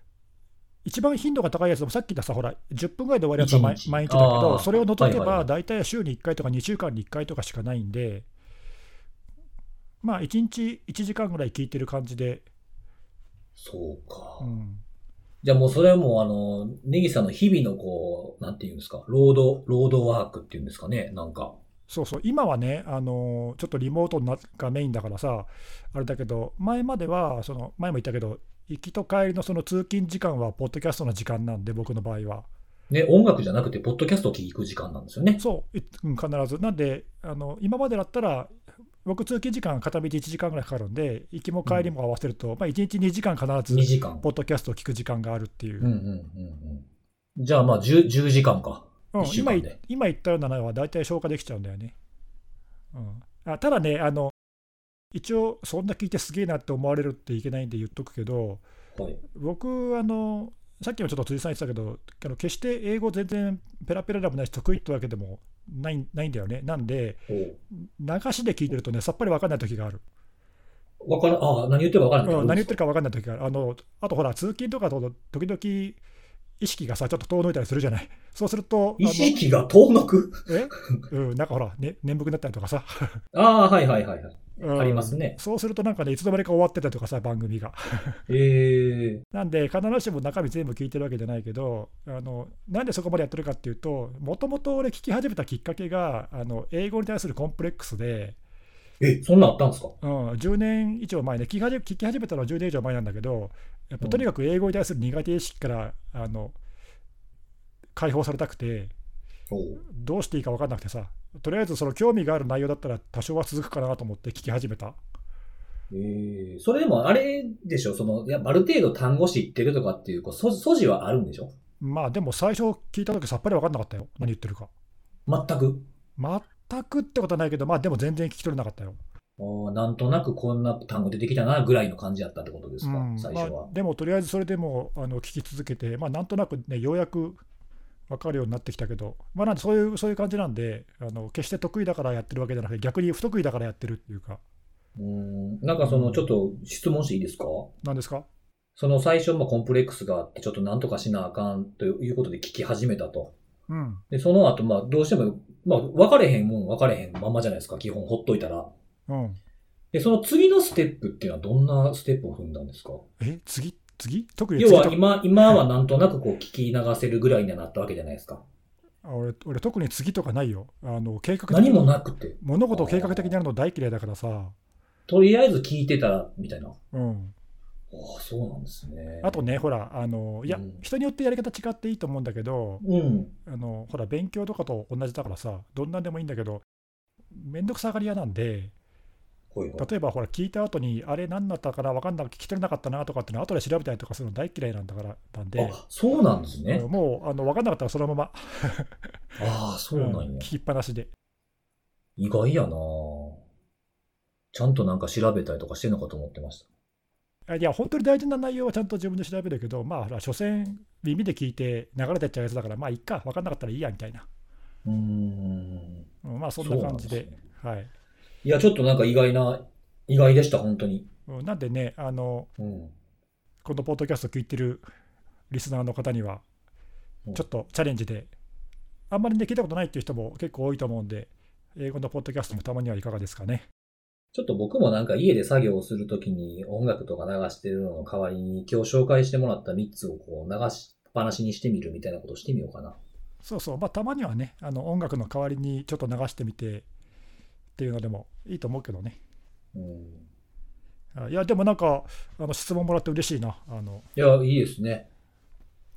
Speaker 1: 一番頻度が高いやつでもさっき言ったさ、ほら、10分ぐらいで終わるやつは毎
Speaker 2: 一日
Speaker 1: 毎日だけど、
Speaker 2: あー
Speaker 1: それを除け
Speaker 2: はいはいは
Speaker 1: ば、
Speaker 2: い
Speaker 1: 大体週に1回とか2週間に1回とかしかないんで、まあ、1日1時間ぐらい聞いてる感じで、
Speaker 2: そうか。
Speaker 1: うん、
Speaker 2: じゃあもうそれはもうあの、ネギさんの日々のこう、なんていうんですか、労働、労働ワークっていうんですかね、なんか。
Speaker 1: そうそう、今はね、あのちょっとリモートがメインだからさ、あれだけど、前までは、その前も言ったけど、行きと帰りのその通勤時間は、ポッドキャストの時間なんで、僕の場合は。
Speaker 2: ね、音楽じゃなくて、ポッドキャストを聞く時間なんですよね。
Speaker 1: そう、いうん必ず。なんで、あの今までだったら、僕、通勤時間、片道1時間ぐらいかかるんで、行きも帰りも合わせると、まあ、1日2時間必
Speaker 2: 2
Speaker 1: ず、
Speaker 2: 時間。
Speaker 1: ポッドキャストを聞く時間があるっていう、
Speaker 2: うんうんうんうん。じゃあまあ10、10時間か。
Speaker 1: うん
Speaker 2: 一週
Speaker 1: 今
Speaker 2: 間
Speaker 1: い
Speaker 2: で
Speaker 1: 今言ったようなのは、大体消化できちゃうんだよね。うん、あただねあの、一応、そんな聞いてすげえなって思われるっていけないんで言っとくけど、
Speaker 2: はい。
Speaker 1: 僕、あの、さっきもちょっと辻さん言ってたけど、あの決して英語全然ペラペラでもないし、得意ってわけでもないないんだよね。なんで、流しで聞いてるとね、さっぱり分かんない時がある。
Speaker 2: おわからん、ああ、何言ってるかわからん
Speaker 1: うん、何言ってる
Speaker 2: る
Speaker 1: か分かんない時がある。あのあとほら、通勤とかだと時々意識がさ、ちょっと遠のいたりするじゃない。そうすると、あ
Speaker 2: 意
Speaker 1: の
Speaker 2: 識が遠のく
Speaker 1: え、うん、なんかほら、ね、眠くなったりとかさ、
Speaker 2: ああ、はいはいはいはい。
Speaker 1: うん
Speaker 2: ありますね。
Speaker 1: そうするとなんかね、いつの間にか終わってたりとかさ、番組が。
Speaker 2: ええ
Speaker 1: なんで、必ずしも中身全部聞いてるわけじゃないけど、あのなんでそこまでやってるかっていうと、もともと俺、聞き始めたきっかけが、あの英語に対するコンプレックスで、
Speaker 2: え、そんなんあったんですか
Speaker 1: うん、10年以上前ね聞き始め、聞き始めたのは10年以上前なんだけど、やっ
Speaker 2: う
Speaker 1: ぱ
Speaker 2: ん
Speaker 1: とにかく英語に対する苦手意識からあの解放されたくて、
Speaker 2: お
Speaker 1: どうしていいか分かんなくてさ、とりあえずその興味がある内容だったら、多少は続くかなと思って聞き始めた。
Speaker 2: ええそれでもあれでしょその、いやある程度単語知ってるとかっていう、こう素素地はあるんでしょ
Speaker 1: まあでも最初聞いたときさっぱり分かんなかったよ、何言ってるか。
Speaker 2: 全く。
Speaker 1: 全くってことはないけど、まあでも全然聞き取れなかったよ。
Speaker 2: あーなんとなくこんな単語出てきたな、ぐらいの感じだったってことですか、
Speaker 1: うん
Speaker 2: 最初
Speaker 1: ま
Speaker 2: は
Speaker 1: あ、。でもとりあえずそれでもあの聞き続けて、まあ、なんとなく、ね、ようやく分かるようになってきたけど、まあ、なんでそういうそういう感じなんであの、決して得意だからやってるわけじゃなくて、逆に不得意だからやってるっていうか、
Speaker 2: うん、なんかその、ちょっと質問していいですか
Speaker 1: なんですか
Speaker 2: その最初、まあコンプレックスがあって、ちょっとなんとかしなあかんということで聞き始めたと。
Speaker 1: うん、
Speaker 2: で、その後、まあどうしても、まあ分かれへんもん分かれへんままじゃないですか、基本ほっといたら。
Speaker 1: うん。
Speaker 2: で、その次のステップっていうのはどんなステップを踏んだんですか
Speaker 1: え、次次特に
Speaker 2: 要
Speaker 1: 次
Speaker 2: は
Speaker 1: と
Speaker 2: 今、今はなんとなくこう聞き流せるぐらいにはなったわけじゃないですか。
Speaker 1: あ俺、俺特に次とかないよ。あの計画的
Speaker 2: 何もなくて。
Speaker 1: 物事を計画的にやるの大嫌いだからさ、
Speaker 2: とりあえず聞いてたら、みたいな。あ
Speaker 1: うん、
Speaker 2: あ、そうなんですね。
Speaker 1: あとね、ほら、あのいや、
Speaker 2: うん
Speaker 1: 人によってやり方違っていいと思うんだけど、
Speaker 2: うん。
Speaker 1: あのほら勉強とかと同じだからさどんなんでもいいんだけど面倒くさがり屋なんで
Speaker 2: こういうの。
Speaker 1: 例えばほら聞いた後にあれ何だったかな分かんなく聞き取れなかったなとかっていうの後で調べたりとかするの大嫌いなんだからなんで、
Speaker 2: あ、そうなんですね。
Speaker 1: うんもうあの分かんなかったらそのまま、
Speaker 2: ああ、そうなん
Speaker 1: うん
Speaker 2: や
Speaker 1: 聞。きっぱなしで
Speaker 2: 意外やなぁちゃんとなんか調べたりとかしてんのかと思ってました。
Speaker 1: あいや本当に大事な内容はちゃんと自分で調べるけどまあほら所詮耳で聞いて流れてっちゃうやつだからまあいっか分かんなかったらいいやみたいな、
Speaker 2: うーん。
Speaker 1: うんまあそんな感じで
Speaker 2: そうなんすね
Speaker 1: はい、
Speaker 2: いや、ちょっとなんか意外な、意外でした、本当に。
Speaker 1: うんなんでねあの
Speaker 2: うん。
Speaker 1: このポッドキャスト聞いてるリスナーの方には
Speaker 2: うん、
Speaker 1: ちょっとチャレンジで、あんまりね、聞いたことないっていう人も結構多いと思うんで、英語のポッドキャストもたまにはいかがですかね。
Speaker 2: ちょっと僕もなんか家で作業をするときに音楽とか流してるのの代わりに今日紹介してもらった3つをこう流しっぱなしにしてみるみたいなことしてみようかな。
Speaker 1: そうそう、まあ、たまにはね、あの音楽の代わりにちょっと流してみてっていうのでもいいと思うけどね。
Speaker 2: うん。
Speaker 1: あいや、でもなんか、あの質問もらって嬉しいな。あの
Speaker 2: いや、いいですね。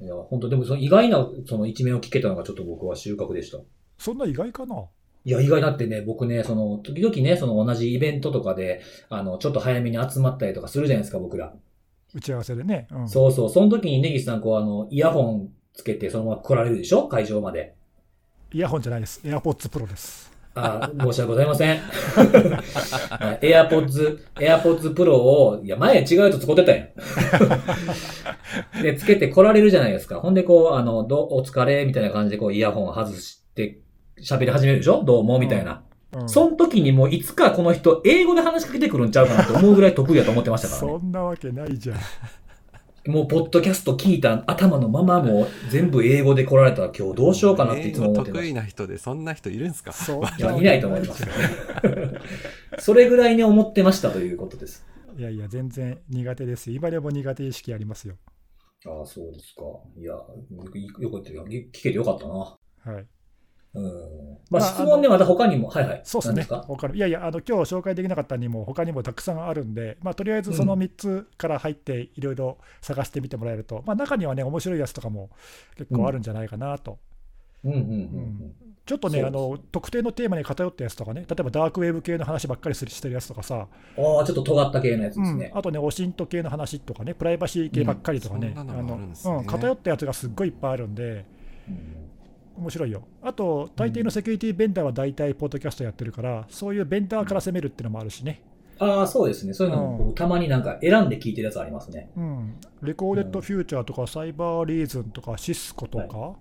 Speaker 2: いや、本当でもその意外なその一面を聞けたのがちょっと僕は収穫でした。
Speaker 1: そんな意外かな。
Speaker 2: いや、意外だってね、僕ね、その、時々ね、その同じイベントとかで、あの、ちょっと早めに集まったりとかするじゃないですか、僕ら。
Speaker 1: 打ち合わせでね。うん、
Speaker 2: そうそう、その時にネギスさん、こう、あの、イヤホンつけて、そのまま来られるでしょ会場まで。
Speaker 1: イヤホンじゃないです。AirPods Pro です。
Speaker 2: あー申し訳ございません。 エアポッズ、エアポッズプロを、いや、前違うやつ使ってたやん。 で、つけて来られるじゃないですか。ほんで、こう、あの、どう、お疲れ、みたいな感じで、こう、イヤホンを外して、喋り始めるでしょどうも、みたいな。
Speaker 1: うん、
Speaker 2: その時にもういつかこの人、英語で話しかけてくるんちゃうかなと思うぐらい得意だと思ってましたからね。
Speaker 1: そんなわけないじゃん。
Speaker 2: もう、ポッドキャスト聞いた頭のままもう全部英語で来られたら今日どうしようかなっていつも思ってま
Speaker 3: 英語得
Speaker 2: し
Speaker 3: 意な人でそんな人いるんですか
Speaker 1: そん
Speaker 2: た。いや、
Speaker 1: わ
Speaker 2: い
Speaker 1: け
Speaker 2: ないと思います
Speaker 1: じゃん。
Speaker 2: た。 それぐらいに思ってましたということです。
Speaker 1: いやいや、全然苦手ですよ。今でも苦手意識ありますよ。
Speaker 2: ああ、そうですか。いや、よかったよ。聞けてよかったな。
Speaker 1: はい。
Speaker 2: うん。まあ、
Speaker 1: まあ
Speaker 2: 質問ね、また他にも。はいはい。
Speaker 1: そうです
Speaker 2: 何で
Speaker 1: ね。
Speaker 2: すか
Speaker 1: 他のいやいや、あの今日紹介できなかったにも、他にもたくさんあるんで、まあ、とりあえずその
Speaker 2: うん
Speaker 1: 3つから入って、いろいろ探してみてもらえると、まあ、中にはね、面白いやつとかも結構あるんじゃないかなと。
Speaker 2: うんうんうん
Speaker 1: ちょっと
Speaker 2: そう
Speaker 1: ね、
Speaker 2: で
Speaker 1: あ
Speaker 2: すね
Speaker 1: の特定のテーマに偏ったやつとかね、例えばダークウェブ系の話ばっかりするしてるやつとかさ、
Speaker 2: うん。ああ、ちょっと尖った系のやつです
Speaker 1: う
Speaker 2: ね
Speaker 1: ん。あとね、オシント系の話とかね、プライバシー系ばっかりとかね、
Speaker 3: うんそんな
Speaker 1: あ
Speaker 3: のも
Speaker 1: の
Speaker 3: あるんですね
Speaker 1: うん偏ったやつがすっごいいっぱいあるんで、
Speaker 2: うん
Speaker 1: 面白いよ。あと、大抵のセキュリティベンダーは大体、ポッドキャストやってるから、そういうベンダーから攻めるっていうのもあるしね。
Speaker 2: ああ、そうですね。そういうのも、こう
Speaker 1: うん
Speaker 2: たまになんか選んで聞いてるやつありますね。
Speaker 1: うん、レコーデッドフューチャーとか、サイバーリーズンとか、シスコとか、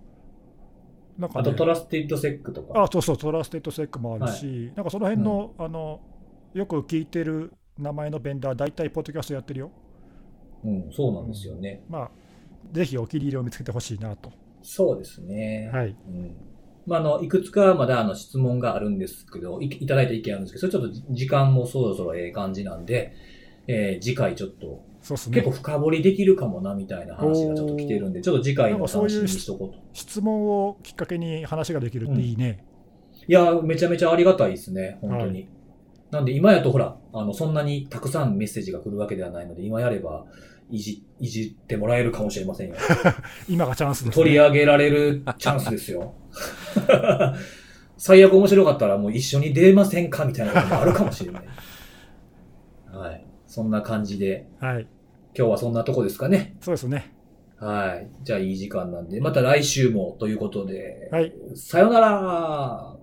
Speaker 1: なんか、
Speaker 2: あ
Speaker 1: ね、
Speaker 2: と、トラスティッドセックとか。
Speaker 1: あそうそう、トラステッドセックもあるし、なんかその辺の、あのよく聞いてる名前のベンダー、大体、ポッドキャストやってるよ。
Speaker 2: うん、そうなんですよね。
Speaker 1: まあ、ぜひお気に入りを見つけてほしいなと。
Speaker 2: そうですね。
Speaker 1: はい、
Speaker 2: うん。まあ、あの、いくつかまだあの質問があるんですけど、いいただいた意見あるんですけど、それちょっと時間もそろそろええ感じなんで、えー次回ちょっと、
Speaker 1: そうです
Speaker 2: 結
Speaker 1: ね
Speaker 2: 構。深掘りできるかもなみたいな話がちょっと来てるんで、ちょっと次回の楽しみにしとこうと。
Speaker 1: 質問をきっかけに話ができるっていいね。
Speaker 2: いやー、めちゃめちゃありがたいですね、本当に。
Speaker 1: は
Speaker 2: なんで今やとほら、あの、そんなにたくさんメッセージが来るわけではないので、今やれば、いじ、いじってもらえるかもしれませんよ。
Speaker 1: 今がチャンスです、
Speaker 2: 取り
Speaker 1: ね。
Speaker 2: 上げられるチャンスですよ。 最悪面白かったらもう一緒に出ませんかみたいなこともあるかもしれない。はい。そんな感じで、
Speaker 1: はい、
Speaker 2: 今日はそんなとこですかね。
Speaker 1: そうですね。
Speaker 2: はい。じゃあいい時間なんで、また来週もということで、
Speaker 1: はい、
Speaker 2: さよなら